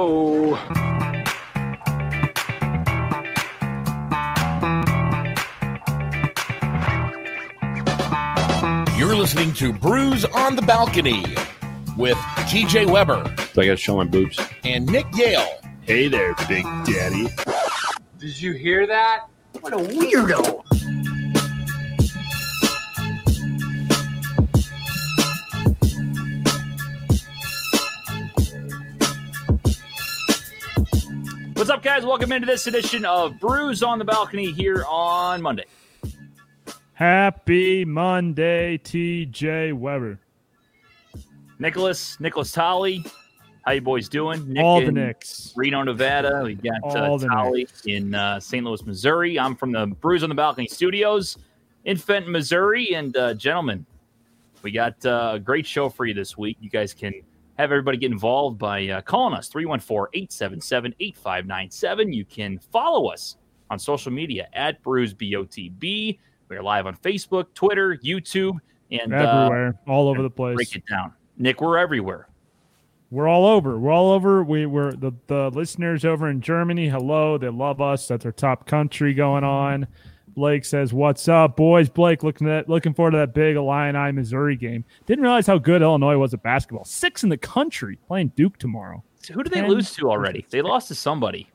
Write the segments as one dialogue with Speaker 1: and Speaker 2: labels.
Speaker 1: Oh.
Speaker 2: You're listening to Brews on the Balcony with TJ Weber
Speaker 3: So I gotta show my boobs.
Speaker 2: and Nick Yale.
Speaker 3: Hey there, Big Daddy.
Speaker 1: Did you hear that? What a weirdo.
Speaker 4: What's up, guys? Welcome into this edition of Brews on the Balcony here on Monday.
Speaker 5: Happy Monday, TJ Weber.
Speaker 4: Nicholas, Nicholas Tolley, how you boys doing? Nick
Speaker 5: All the
Speaker 4: in
Speaker 5: Knicks.
Speaker 4: Reno, Nevada. We got uh,
Speaker 5: All the
Speaker 4: Tolley in uh, St. Louis, Missouri. I'm from the Brews on the Balcony Studios in Fenton, Missouri. And uh, gentlemen, we got uh, a great show for you this week. You guys can have everybody get involved by uh, calling us 314-877-8597 you can follow us on social media at brews botb we're live on facebook twitter youtube and uh,
Speaker 5: Everywhere, all over the place.
Speaker 4: break it down nick we're everywhere
Speaker 5: We're all over. We're all over. We were the, the listeners over in Germany. Hello. They love us. That's our top country going on. Blake says, What's up, boys? Blake looking at looking forward to that big Illini Missouri game. Didn't realize how good Illinois was at basketball. Six in the country playing Duke tomorrow.
Speaker 4: So who did they
Speaker 5: Ten-
Speaker 4: lose to already they lost to somebody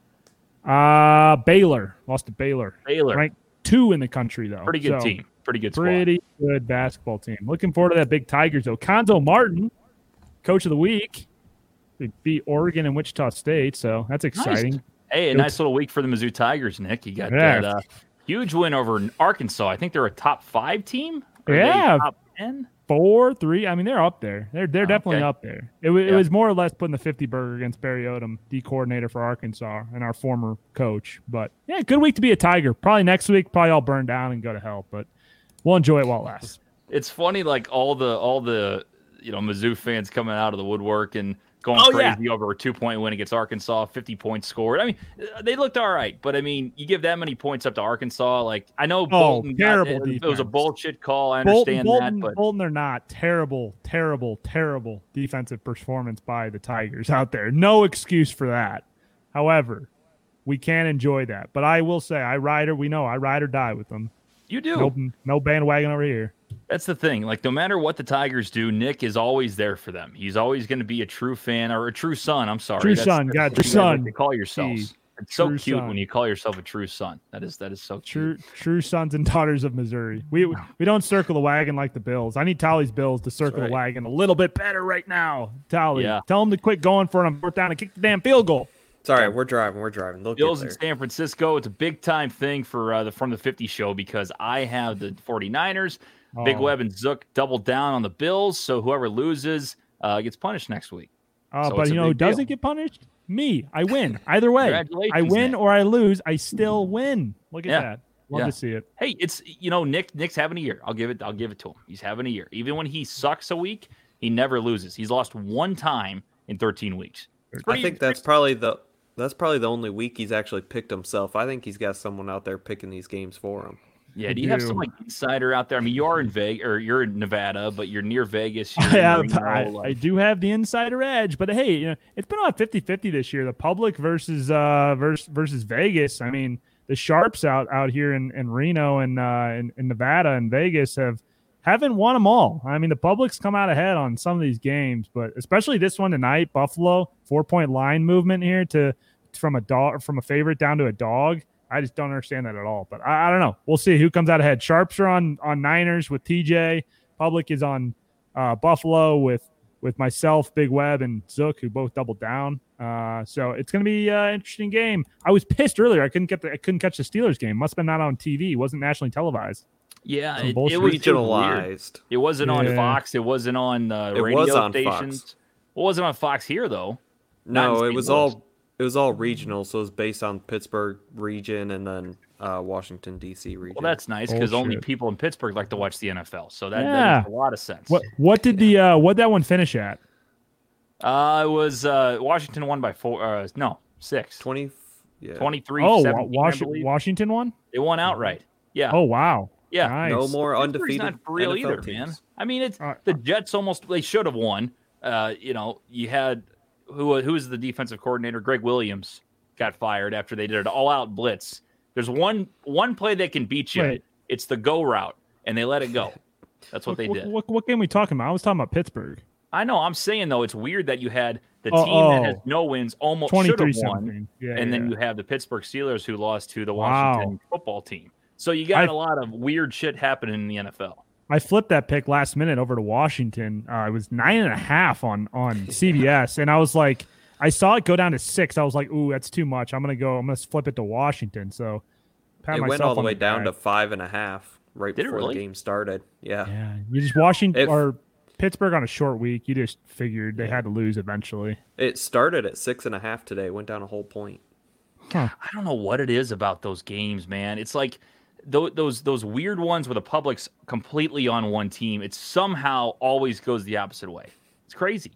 Speaker 5: Uh Baylor. Lost to Baylor.
Speaker 4: baylor
Speaker 5: Ranked two in the country though.
Speaker 4: pretty good
Speaker 5: So-
Speaker 4: team pretty good squad
Speaker 5: Pretty good basketball team. Looking forward to that big Tigers though. Conzo Martin, coach of the week. They beat Oregon and Wichita State, so that's exciting.
Speaker 4: hey a
Speaker 5: Good.
Speaker 4: nice little week for the mizzou tigers nick you got
Speaker 5: Yeah.
Speaker 4: that uh, huge win over arkansas i think they're a top five team Are they
Speaker 5: Yeah.
Speaker 4: top 10
Speaker 5: Four, three. I mean, they're up there. They're they're
Speaker 4: Ah, Okay.
Speaker 5: definitely up there. It, wa-
Speaker 4: Yeah.
Speaker 5: it was more or less putting the fifty burger against Barry Odom, D coordinator for Arkansas and our former coach. But yeah, good week to be a Tiger. Probably next week, probably all burn down and go to hell, but we'll enjoy it while it lasts.
Speaker 4: It's funny, like all the all the you know Mizzou fans coming out of the woodwork and going
Speaker 5: Oh, yeah.
Speaker 4: crazy over a two point win against Arkansas, fifty points scored. I mean, uh, they looked all right, but I mean, you give that many points up to Arkansas, like I know Bolton got-
Speaker 5: Oh, terrible
Speaker 4: it, it was a
Speaker 5: defense.
Speaker 4: bullshit call. I
Speaker 5: Bolton,
Speaker 4: understand
Speaker 5: Bolton,
Speaker 4: that, but
Speaker 5: Bolton are not terrible, terrible, terrible defensive performance by the Tigers out there. No excuse for that. However, we can enjoy that. But I will say, I ride or we know I ride or die with them.
Speaker 4: you do.
Speaker 5: No, no bandwagon over here.
Speaker 4: That's the thing. Like, no matter what the Tigers do, Nick is always there for them. He's always going to be a true fan or a true son. I'm sorry,
Speaker 5: True son,
Speaker 4: what
Speaker 5: God,
Speaker 4: you
Speaker 5: true
Speaker 4: guys like
Speaker 5: son.
Speaker 4: to call yourselves.
Speaker 5: Jeez.
Speaker 4: It's so
Speaker 5: True
Speaker 4: cute
Speaker 5: son.
Speaker 4: when you call yourself a true son. That is that is so cute.
Speaker 5: True, true sons and daughters of Missouri. We we don't circle the wagon like the Bills. I need Tolly's Bills to circle
Speaker 4: right.
Speaker 5: the wagon a little bit better right now. Tolly,
Speaker 4: Yeah.
Speaker 5: tell them to quit going for it on fourth down and kick the damn field goal.
Speaker 6: It's all right. We're driving. We're driving. They'll
Speaker 4: Bills in
Speaker 6: get there.
Speaker 4: San Francisco. It's a big time thing for uh, the From the 50 show because I have the 49ers. Big
Speaker 5: Oh.
Speaker 4: Web and Zook double down on the Bills. So whoever loses uh, gets punished next week.
Speaker 5: Uh,
Speaker 4: So
Speaker 5: but
Speaker 4: it's a
Speaker 5: you know who
Speaker 4: big deal.
Speaker 5: doesn't get punished? Me. I win. Either way, I
Speaker 4: Congratulations,
Speaker 5: win
Speaker 4: Nick.
Speaker 5: or I lose. I still win. Look at
Speaker 4: Yeah.
Speaker 5: that. Love
Speaker 4: Yeah.
Speaker 5: to see it.
Speaker 4: Hey, it's you know Nick. Nick's having a year. I'll give it. I'll give it to him. He's having a year. Even when
Speaker 6: Hmm.
Speaker 4: he sucks a week, he never loses. He's lost one time in 13 weeks.
Speaker 6: I think that's probably the that's probably the only week he's actually picked himself. I think he's got someone out there picking these games for him.
Speaker 4: Yeah. Do you have
Speaker 5: do.
Speaker 4: some like insider out there? I mean, you are in Vegas or you're in Nevada, but you're near Vegas. You're
Speaker 5: I,
Speaker 4: in
Speaker 5: have,
Speaker 4: Reno,
Speaker 5: I,
Speaker 4: like-
Speaker 5: I do have the insider edge, but hey, you know, it's been on 50-50 this year. The public versus uh versus, versus Vegas. I mean, the sharps out out here in, in Reno and uh in, in Nevada and Vegas have haven't won them all. I mean, the public's come out ahead on some of these games, but especially this one tonight, Buffalo four point line movement here to from a dog from a favorite down to a dog. I just don't understand that at all. But I, I don't know. We'll see who comes out ahead. Sharps are on on Niners with TJ. Public is on uh, Buffalo with with myself, Big Web, and Zook, who both doubled down. Uh, so it's going to be an interesting game. I was pissed earlier. I couldn't get the, I couldn't catch the Steelers game. Must have been not on TV. wasn't nationally televised.
Speaker 4: yeah.
Speaker 5: some
Speaker 4: It, it
Speaker 5: bullshit.
Speaker 4: was too weird.
Speaker 6: Regionalized.
Speaker 4: It wasn't on
Speaker 5: Yeah.
Speaker 4: Fox. It wasn't on uh,
Speaker 6: It
Speaker 4: radio
Speaker 6: was on Fox.
Speaker 4: stations. It wasn't on Fox here though. Not in
Speaker 6: No, it
Speaker 4: St.
Speaker 6: was
Speaker 4: Louis.
Speaker 6: all it was all regional. So it was based on Pittsburgh region and then uh, Washington D.C. region.
Speaker 4: Well, that's nice because only
Speaker 5: Bullshit.
Speaker 4: people in Pittsburgh like to watch the NFL. So that, that
Speaker 5: Yeah.
Speaker 4: makes a lot of sense.
Speaker 5: What what did the uh, what that one finish at?
Speaker 4: Uh, it was uh, Washington won by four. Uh, no, six.
Speaker 6: twenty. Yeah.
Speaker 4: 23
Speaker 5: Oh, Wa-
Speaker 4: 17, I
Speaker 5: Wash-
Speaker 4: believe.
Speaker 5: Washington one.
Speaker 4: they won outright. Yeah.
Speaker 5: Oh wow.
Speaker 4: yeah.
Speaker 5: Nice.
Speaker 6: No more
Speaker 4: Pittsburgh's
Speaker 6: undefeated.
Speaker 4: not for real
Speaker 6: NFL
Speaker 4: either,
Speaker 6: teams.
Speaker 4: man. I mean, it's
Speaker 5: All right.
Speaker 4: the Jets almost they should have won. Uh, you know, you had who who is the defensive coordinator? Greg Williams got fired after they did an all-out blitz. There's one one play that can beat you.
Speaker 5: Wait.
Speaker 4: It's the go route, and they let it go. That's what they
Speaker 5: what,
Speaker 4: did.
Speaker 5: What, what game we talking about? I was talking about Pittsburgh.
Speaker 4: I know. I'm saying though, it's weird that you had the
Speaker 5: Oh,
Speaker 4: team that has
Speaker 5: oh.
Speaker 4: no wins almost should have won,
Speaker 5: 23-17. Yeah,
Speaker 4: and then
Speaker 5: yeah.
Speaker 4: you have the Pittsburgh Steelers who lost to the
Speaker 5: Wow.
Speaker 4: Washington football team. So you got
Speaker 5: I-
Speaker 4: a lot of weird shit happening in the NFL.
Speaker 5: I flipped that pick last minute over to Washington. Uh, it was nine and a half on on CBS, and I was like, I saw it go down to six. I was like, ooh, that's too much. I'm gonna go. I'm gonna flip it to Washington. So pat
Speaker 6: it went
Speaker 5: myself
Speaker 6: all the
Speaker 5: on
Speaker 6: way down to
Speaker 5: back.
Speaker 6: five and a half right
Speaker 4: Did it
Speaker 6: before
Speaker 4: really?
Speaker 6: the game started. Yeah.
Speaker 5: yeah. You just Washington
Speaker 6: If-
Speaker 5: or Pittsburgh on a short week. You just figured they had to lose eventually.
Speaker 6: It started at six and a half today. Went down a whole point.
Speaker 4: I don't know what it is about those games, man. It's like those those those weird ones where the public's completely on one team. It somehow always goes the opposite way. It's crazy.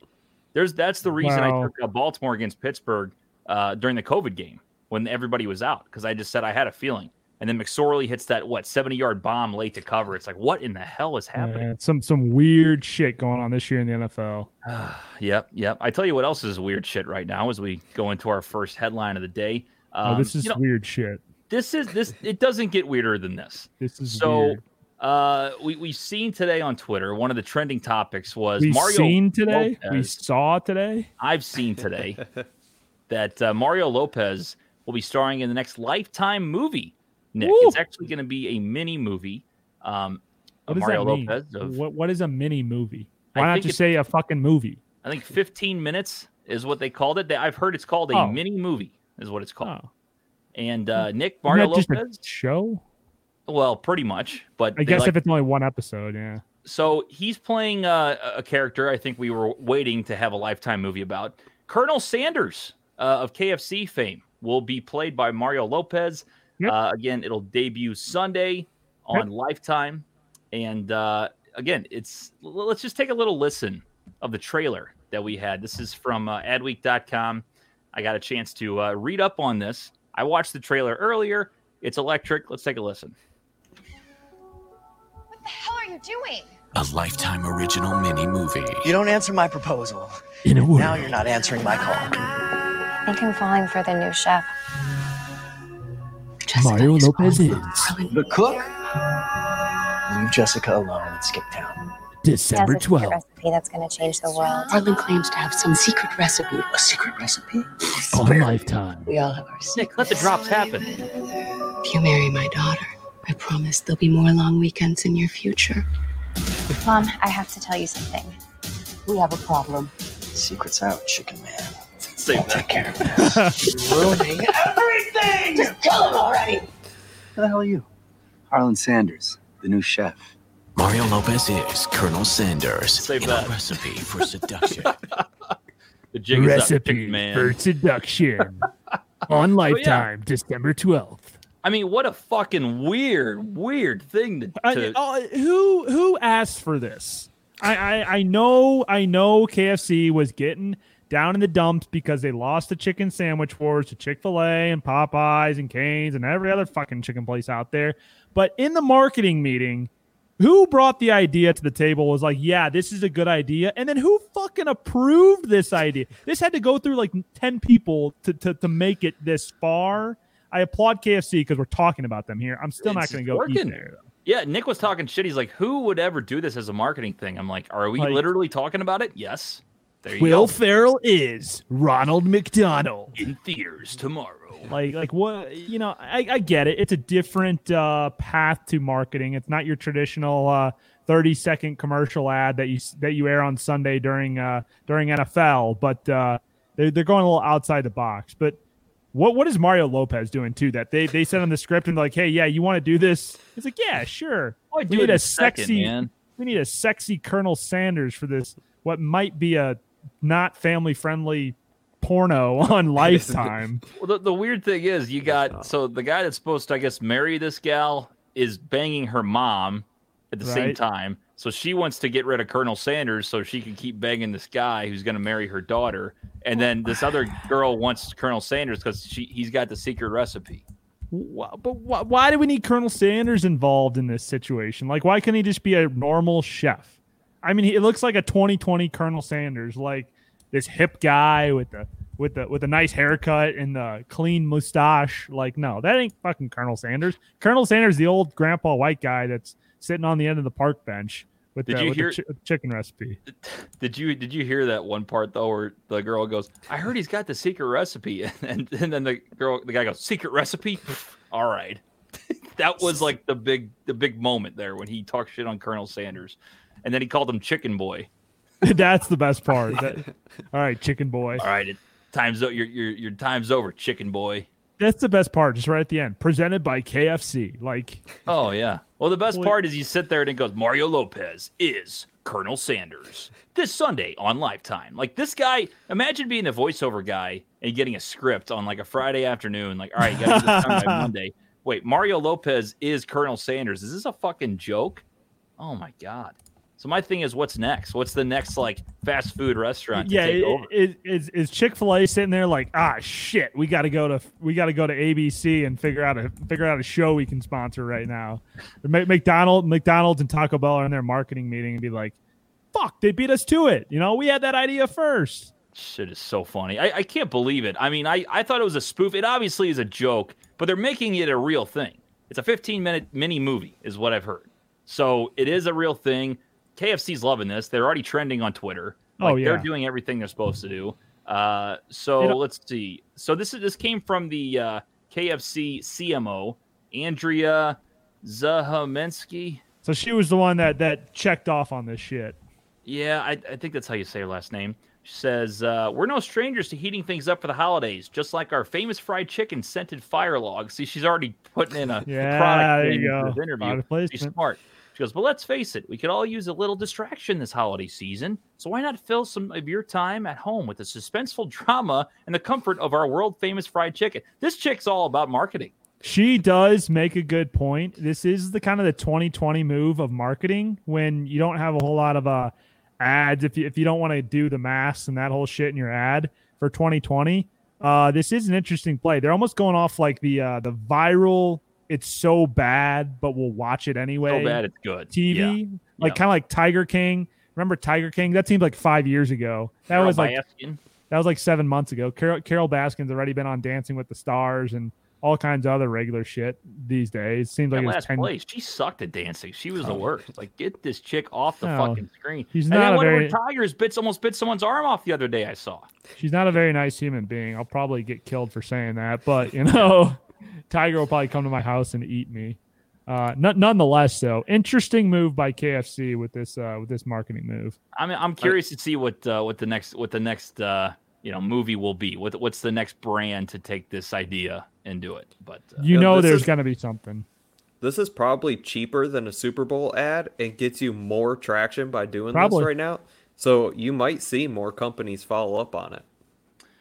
Speaker 4: There's that's the reason
Speaker 5: Well-
Speaker 4: I took uh, Baltimore against Pittsburgh uh, during the COVID game when everybody was out because I just said I had a feeling. And then McSorley hits that what seventy yard bomb late to cover. It's like what in the hell is happening?
Speaker 5: Yeah, some some weird shit going on this year in the NFL.
Speaker 4: Yep, yep. I tell you what else is weird shit right now as we go into our first headline of the day. Um,
Speaker 5: oh, this is
Speaker 4: you know,
Speaker 5: weird shit.
Speaker 4: this is this it doesn't get weirder than this.
Speaker 5: This is
Speaker 4: So
Speaker 5: weird.
Speaker 4: uh we, we've seen today on Twitter one of the trending topics was
Speaker 5: we
Speaker 4: Mario
Speaker 5: seen today. We
Speaker 4: Lopez.
Speaker 5: saw today.
Speaker 4: I've seen today that uh, Mario Lopez will be starring in the next Lifetime movie. Nick,
Speaker 5: Woo!
Speaker 4: it's actually going to be a mini movie. Um,
Speaker 5: What
Speaker 4: of
Speaker 5: does
Speaker 4: Mario
Speaker 5: that mean?
Speaker 4: Lopez of
Speaker 5: What what is a mini movie?
Speaker 4: I
Speaker 5: Why not
Speaker 4: think
Speaker 5: just
Speaker 4: it-
Speaker 5: say a fucking movie?
Speaker 4: I think 15 minutes is what they called it. They, I've heard it's called a
Speaker 5: Oh.
Speaker 4: mini movie is what it's called.
Speaker 5: Oh,
Speaker 4: And uh, Nick
Speaker 5: Isn't
Speaker 4: Mario
Speaker 5: that just a
Speaker 4: Lopez,
Speaker 5: show.
Speaker 4: well, pretty much. But
Speaker 5: I
Speaker 4: they
Speaker 5: guess
Speaker 4: like
Speaker 5: if it's only one episode, yeah.
Speaker 4: so he's playing uh, a- a character I think we were waiting to have a lifetime movie about. Colonel Sanders uh, of KFC fame will be played by Mario Lopez.
Speaker 5: Yep.
Speaker 4: Uh, again, it'll debut Sunday on Lifetime. And uh, again, it's l- let's just take a little listen of the trailer that we had. This is from uh, adweek.com. I got a chance to uh, read up on this. I watched the trailer earlier. It's electric. Let's take a listen.
Speaker 7: What the hell are you doing?
Speaker 2: A Lifetime original mini movie.
Speaker 8: You don't answer my proposal.
Speaker 5: In a
Speaker 8: Now you're not answering my call.
Speaker 7: I think I'm falling for the new chef.
Speaker 5: Mario Lopez is
Speaker 1: The cook?
Speaker 8: Leave Jessica alone and skip town.
Speaker 5: December
Speaker 7: That's a secret recipe that's going to change the world.
Speaker 9: Harlan claims to have some secret recipe.
Speaker 8: A secret recipe?
Speaker 9: On Lifetime.
Speaker 8: We all have our secret.
Speaker 4: Nick, let the drops happen.
Speaker 9: If you marry my daughter, I promise there'll be more long weekends in your future.
Speaker 7: Mom, I have to tell you something.
Speaker 8: We have a problem. Secret's out, chicken man.
Speaker 4: Save that.
Speaker 8: Take care of this. You're ruining everything! Just kill him already!
Speaker 1: Who the hell are you? Harlan Sanders, the new chef.
Speaker 2: Mario Lopez is Colonel Sanders.
Speaker 4: Save
Speaker 2: in
Speaker 4: that.
Speaker 2: a recipe for seduction.
Speaker 4: The jig is up, Chicken man. Oh,
Speaker 5: seduction on
Speaker 4: Lifetime,
Speaker 5: December twelfth.
Speaker 4: I mean, what a fucking weird, weird thing to. to
Speaker 5: Uh, who who asked for this? I, I I know I know KFC was getting down in the dumps because they lost the chicken sandwich wars to Chick Fil A and Popeyes and Canes and every other fucking chicken place out there. But in the marketing meeting, who brought the idea to the table was like, yeah, this is a good idea. And then who fucking approved this idea? This had to go through like 10 people to, to, to make it this far. I applaud KFC because we're talking about them here. I'm still not
Speaker 4: It's
Speaker 5: going to go eat
Speaker 4: working.
Speaker 5: there. though.
Speaker 4: yeah, Nick was talking shit. He's like, "Who would ever do this as a marketing thing?" I'm like, "Are we
Speaker 5: Like-
Speaker 4: literally talking about it?" Yes. There you go.
Speaker 5: Farrell is Ronald McDonald.
Speaker 4: in theaters tomorrow.
Speaker 5: Like, like what you know, I, I get it. It's a different uh, path to marketing. It's not your traditional uh, thirty second commercial ad that you s- that you air on Sunday during uh, during NFL. But uh, they're they're going a little outside the box. But what what is Mario Lopez doing too? That they they said on the script and like, hey, yeah, you want to do this? It's like, yeah, sure.
Speaker 4: Why
Speaker 5: We
Speaker 4: do
Speaker 5: need
Speaker 4: it
Speaker 5: a
Speaker 4: a second,
Speaker 5: sexy-
Speaker 4: man?
Speaker 5: We need a sexy Colonel Sanders for this. What might be a not family friendly porno on Lifetime.
Speaker 4: Well, the, the weird thing is, you got so the guy that's supposed to, I guess, marry this gal is banging her mom at the same
Speaker 5: Right.
Speaker 4: time. So she wants to get rid of Colonel Sanders so she can keep banging this guy who's going to marry her daughter. And then this other girl wants Colonel Sanders because she he's got the secret recipe.
Speaker 5: Why, but why, why do we need Colonel Sanders involved in this situation? Like, why couldn't he just be a normal chef? I mean, he- it looks like a 2020 Colonel Sanders. Like, this hip guy with the with the with a nice haircut and the clean mustache. Like, no, that ain't fucking Colonel Sanders. Colonel Sanders, the old grandpa white guy that's sitting on the end of the park bench with
Speaker 4: Did
Speaker 5: the,
Speaker 4: you
Speaker 5: with the
Speaker 4: hear-
Speaker 5: chi- chicken recipe.
Speaker 4: Did you did you hear that one part though, where the girl goes, "I heard he's got the secret recipe," and and then the girl, the guy goes, "Secret recipe? All right." that was like the big the big moment there when he talked shit on Colonel Sanders, and then he called him Chicken Boy.
Speaker 5: that's the best part. That- all right, chicken boy.
Speaker 4: All right, it, time's o- your your your time's over, Chicken Boy.
Speaker 5: That's the best part, just right at the end. Presented by KFC. Like,
Speaker 4: Oh yeah. Well, the best
Speaker 5: Well,
Speaker 4: part is you sit there and it goes, Mario Lopez is Colonel Sanders this Sunday on Lifetime. Like this guy, imagine being the voiceover guy and getting a script on like a Friday afternoon. Like, all right, you got to do this time by Monday. Wait, Mario Lopez is Colonel Sanders. Is this a fucking joke? Oh my god. So my thing is, what's next? What's the next like fast food restaurant? To
Speaker 5: yeah,
Speaker 4: take
Speaker 5: it-
Speaker 4: over?
Speaker 5: it- is is Chick Fil A sitting there like, ah, shit, we got to go to we got to go to ABC and figure out a figure out a show we can sponsor right now. Or Ma- McDonald, McDonald's, and Taco Bell are in their marketing meeting and be like, fuck, they beat us to it. You know, we had that idea first.
Speaker 4: Shit is so funny. I, I can't believe it. I mean, I, I thought it was a spoof. It obviously is a joke, but they're making it a real thing. It's a 15 minute mini movie, is what I've heard. So it is a real thing. KFC's loving this. They're already trending on Twitter.
Speaker 5: Oh,
Speaker 4: Like, They're
Speaker 5: yeah.
Speaker 4: doing everything they're supposed to do. Uh, so
Speaker 5: You know-
Speaker 4: let's see. So this is this came from the uh, KFC CMO Andrea Zahaminsky.
Speaker 5: So she was the one that that checked off on this shit.
Speaker 4: Yeah, I, I think that's how you say her last name. She says, uh, We're no strangers to heating things up for the holidays, just like our famous fried chicken scented fire log. See, she's already putting in a a
Speaker 5: Yeah,
Speaker 4: product
Speaker 5: there
Speaker 4: name
Speaker 5: you
Speaker 4: into
Speaker 5: go.
Speaker 4: this interview.
Speaker 5: Product
Speaker 4: She's
Speaker 5: placement.
Speaker 4: smart. She goes, But let's face it, we could all use a little distraction this holiday season. So why not fill some of your time at home with the suspenseful drama and the comfort of our world famous fried chicken? This chick's all about marketing.
Speaker 5: She does make a good point. This is the kind of the 2020 move of marketing when you don't have a whole lot of uh, ads. If you, if you don't want to do the masks and that whole shit in your ad for 2020, uh, this is an interesting play. They're almost going off like the uh, the viral. It's so bad, but we'll watch it anyway.
Speaker 4: So bad it's good. Yeah.
Speaker 5: TV, like
Speaker 4: yeah.
Speaker 5: kind of like Tiger King. Remember Tiger King? That seemed like five years ago. That
Speaker 4: Carol
Speaker 5: was like
Speaker 4: Baskin.
Speaker 5: that was like seven months ago. Carol, Carol Baskin's already been on Dancing with the Stars and all kinds of other regular shit these days. Seems
Speaker 4: that
Speaker 5: like it's
Speaker 4: last
Speaker 5: ten.
Speaker 4: place, she sucked at dancing. She was the worst. Like, get this chick off the
Speaker 5: No,
Speaker 4: fucking screen.
Speaker 5: he's
Speaker 4: and
Speaker 5: not
Speaker 4: then
Speaker 5: a
Speaker 4: one
Speaker 5: very-
Speaker 4: of her tigers bits almost bit someone's arm off the other day. I saw.
Speaker 5: She's not a very nice human being. I'll probably get killed for saying that, but you know, Tiger will probably come to my house and eat me. Uh, n- nonetheless, though, interesting move by KFC with this uh, with this marketing move.
Speaker 4: I mean, I'm curious to see what uh, what the next what the next uh, you know movie will be. What what's the next brand to take this idea and do it? But uh,
Speaker 5: You
Speaker 6: Yeah,
Speaker 5: know,
Speaker 6: this
Speaker 5: there's
Speaker 6: is-
Speaker 5: gonna be something.
Speaker 6: This is probably cheaper than a Super Bowl ad and gets you more traction by doing
Speaker 5: Probably.
Speaker 6: this right now. So you might see more companies follow up on it.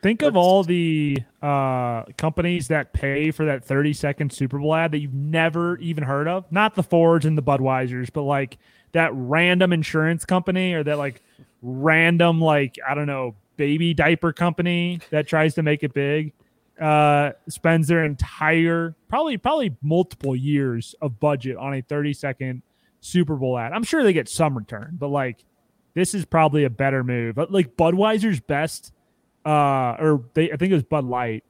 Speaker 5: Think of all the uh, companies that pay for that 30 second Super Bowl ad that you've never even heard of. Not the Fords and the Budweisers, but like that random insurance company or that like random, like, I don't know, baby diaper company that tries to make it big. Uh, spends their entire, probably, probably multiple years of budget on a 30 second Super Bowl ad. I'm sure they get some return, but like this is probably a better move. But like Budweiser's best uh, or they I think it was Bud Light,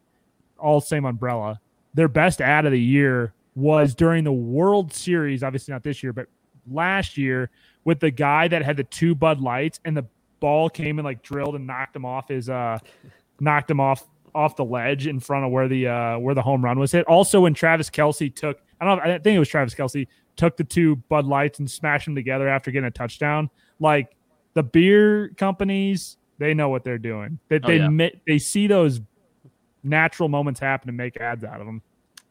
Speaker 5: all same umbrella. Their best ad of the year was during the World Series, obviously not this year, but last year with the guy that had the two Bud Lights and the ball came and like drilled and knocked him off his uh knocked him off off the ledge in front of where the uh where the home run was hit. Also when Travis Kelsey took I don't know, I think it was Travis Kelsey took the two Bud Lights and smashed them together after getting a touchdown. Like the beer companies, they know what they're doing. They
Speaker 4: Oh,
Speaker 5: they
Speaker 4: yeah.
Speaker 5: mi- they see those natural moments happen and make ads out of them.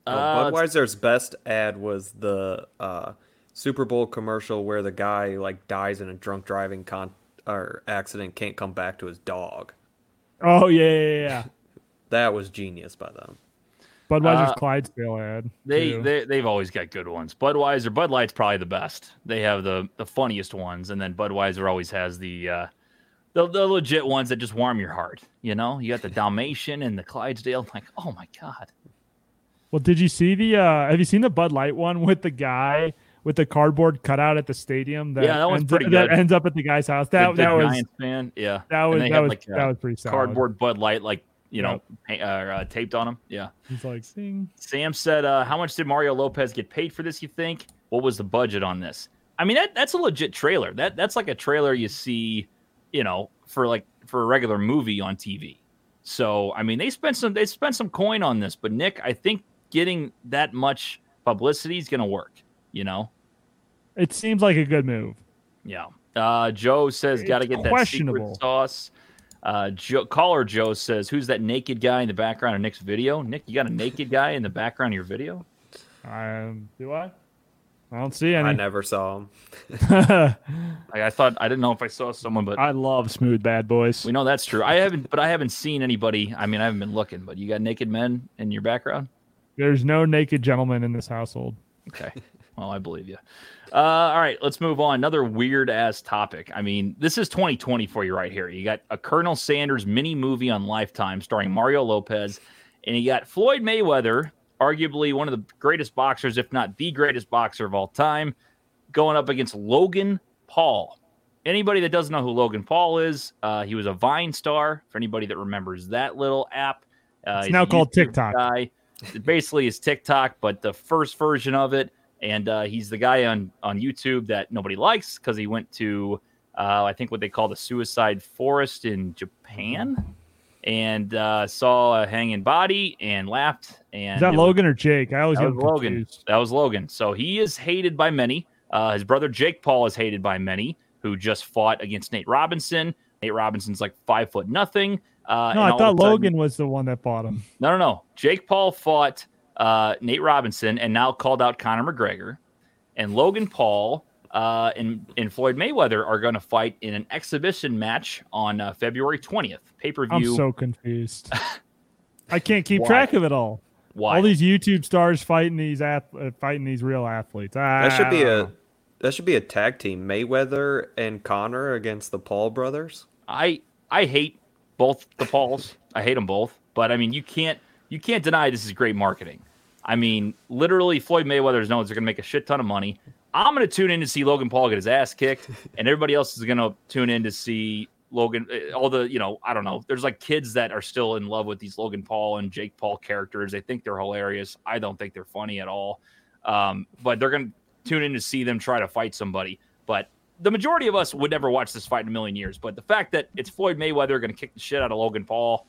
Speaker 6: No,
Speaker 4: uh,
Speaker 6: Budweiser's best ad was the uh, Super Bowl commercial where the guy like dies in a drunk driving con or accident, can't come back to his dog.
Speaker 5: Oh yeah, yeah, yeah.
Speaker 6: That was genius by them.
Speaker 5: Budweiser's
Speaker 4: Uh,
Speaker 5: Clydesdale ad.
Speaker 4: They,
Speaker 5: too.
Speaker 4: they they've always got good ones. Budweiser, Bud Light's probably the best. They have the the funniest ones, and then Budweiser always has the uh, the, the legit ones that just warm your heart. You know, you got the Dalmatian and the Clydesdale. Like, oh my god,
Speaker 5: Well, did you see the? uh Have you seen the Bud Light one with the guy with the cardboard cutout at the stadium that
Speaker 4: Yeah, that one's
Speaker 5: ends,
Speaker 4: pretty
Speaker 5: that
Speaker 4: good.
Speaker 5: ends up at the guy's house. That
Speaker 4: the, the
Speaker 5: that was
Speaker 4: Giants fan. Yeah,
Speaker 5: that
Speaker 4: And
Speaker 5: was
Speaker 4: they
Speaker 5: that
Speaker 4: had,
Speaker 5: was
Speaker 4: like, a
Speaker 5: that was pretty solid.
Speaker 4: cardboard Bud Light, like you
Speaker 5: Yeah.
Speaker 4: know, pa- uh, uh, taped on them. Yeah.
Speaker 5: He's like, sing.
Speaker 4: Sam said, uh, "How much did Mario Lopez get paid for this? You think? What was the budget on this? I mean, that that's a legit trailer. That that's like a trailer you see, you know, for like for a regular movie on TV. So I mean, they spent some they spent some coin on this. But Nick, I think getting that much publicity is going to work. You know,
Speaker 5: It seems like a good move.
Speaker 4: yeah. Uh, Joe says,
Speaker 5: It's
Speaker 4: "Got to get that
Speaker 5: questionable.
Speaker 4: secret sauce." Uh, Joe, caller Joe says, "Who's that naked guy in the background of Nick's video? Nick, you got a naked guy in the background of your video?
Speaker 5: Um, do I? I don't see
Speaker 6: I
Speaker 5: any.
Speaker 6: never saw him.
Speaker 5: I,
Speaker 4: Like, I thought I didn't know if I saw someone, but
Speaker 5: love smooth bad boys.
Speaker 4: We know that's true. I haven't, but I haven't seen anybody. I mean, I haven't been looking, but you got naked men in your background.
Speaker 5: There's no naked gentleman in this household.
Speaker 4: Okay. Well, I believe you. Uh, all right, let's move on. Another weird ass topic. I mean, this is 2020 for you right here. You got a Colonel Sanders mini movie on Lifetime starring Mario Lopez, and you got Floyd Mayweather, arguably one of the greatest boxers, if not the greatest boxer of all time, going up against Logan Paul. Anybody that doesn't know who Logan Paul is, uh, he was a Vine star. For anybody that remembers that little app, uh,
Speaker 5: It's
Speaker 4: he's
Speaker 5: now
Speaker 4: a
Speaker 5: called
Speaker 4: YouTube
Speaker 5: TikTok.
Speaker 4: Guy. It basically is TikTok, but the first version of it. And uh, he's the guy on on YouTube that nobody likes because he went to uh, I think what they call the suicide forest in Japan, and uh, saw a hanging body and laughed. And
Speaker 5: Is that
Speaker 4: it was-
Speaker 5: Logan or Jake? I always
Speaker 4: that
Speaker 5: get
Speaker 4: was
Speaker 5: them
Speaker 4: Logan.
Speaker 5: confused.
Speaker 4: That was Logan. So he is hated by many. Uh, his brother Jake Paul is hated by many, who just fought against Nate Robinson. Nate Robinson's like five foot nothing. Uh, and
Speaker 5: No, I
Speaker 4: all of a
Speaker 5: thought
Speaker 4: sudden-
Speaker 5: Logan was the one that bought him.
Speaker 4: no, no, no. Jake Paul fought uh, Nate Robinson and now called out Conor McGregor. And Logan Paul uh, and, and Floyd Mayweather are going to fight in an exhibition match on uh, February 20th. Pay per
Speaker 5: I'm
Speaker 4: view.
Speaker 5: so confused. I can't keep
Speaker 4: Why?
Speaker 5: track of it all.
Speaker 4: Why?
Speaker 5: All these YouTube stars fighting these ath- uh, fighting these real athletes. Ah. I,
Speaker 6: That should be
Speaker 5: I don't
Speaker 6: a that should be a tag team. Mayweather and Connor against the Paul brothers.
Speaker 4: I I hate both the Pauls. I hate them both. But I mean, you can't you can't deny this is great marketing. I mean, literally, Floyd Mayweather's known they're going to make a shit ton of money. I'm going to tune in to see Logan Paul get his ass kicked, and everybody else is going to tune in to see Logan. eh, All the you know, I don't know. There's like kids that are still in love with these Logan Paul and Jake Paul characters. They think they're hilarious. I don't think they're funny at all. Um, but they're going to tune in to see them try to fight somebody. But the majority of us would never watch this fight in a million years. But the fact that it's Floyd Mayweather going to kick the shit out of Logan Paul,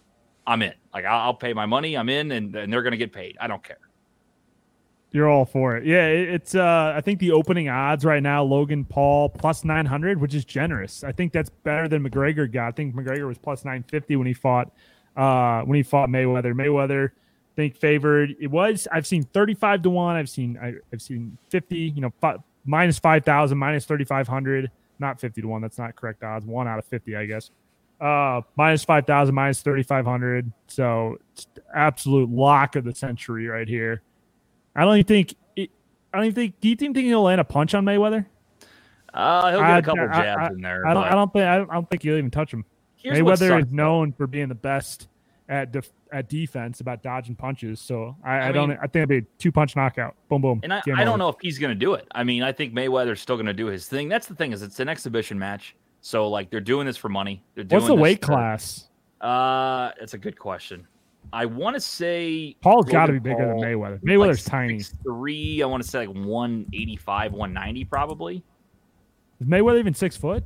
Speaker 4: I'm in. Like I'll, I'll pay my money. I'm in, and, and they're going to get paid. I don't care.
Speaker 5: You're all for it. Yeah, it, it's uh I think the opening odds right now Logan Paul plus 900, which is generous. I think that's better than McGregor got. I think McGregor was plus 950 when he fought uh when he fought Mayweather. Mayweather I think favored it was I've seen 35 to 1, I've seen I, I've seen 50, you know, fi- minus 5000, minus 3500, not 50 to 1, that's not correct odds. 1 out of 50, I guess. Uh minus 5000, minus 3500. So, it's absolute lock of the century right here. I don't even think. It, I don't even think. Do you think think he'll land a punch on Mayweather?
Speaker 4: Uh, he'll get
Speaker 5: I-
Speaker 4: a couple
Speaker 5: I-
Speaker 4: jabs in there.
Speaker 5: I don't.
Speaker 4: but
Speaker 5: I don't think. I don't, I don't think he'll even touch him.
Speaker 4: here's what
Speaker 5: Mayweather
Speaker 4: sucks,
Speaker 5: is known for being the best at def, at defense about dodging punches. So I, I,
Speaker 4: I
Speaker 5: don't.
Speaker 4: mean-
Speaker 5: I think it'll be a two punch knockout. Boom boom.
Speaker 4: And I,
Speaker 5: Game
Speaker 4: I
Speaker 5: over.
Speaker 4: don't know if he's going to do it. I mean, I think Mayweather's still going to do his thing. That's the thing is it's an exhibition match. So like they're doing this for money. They're doing
Speaker 5: What's the
Speaker 4: this
Speaker 5: weight
Speaker 4: to-
Speaker 5: class?
Speaker 4: Uh, that's a good question. I want to say
Speaker 5: Paul's got to be
Speaker 4: Logan
Speaker 5: bigger
Speaker 4: Paul-
Speaker 5: than Mayweather.
Speaker 4: like
Speaker 5: Mayweather's tiny. Is
Speaker 4: 6'3", I want to say like 185, 190 probably.
Speaker 5: Mayweather even six foot?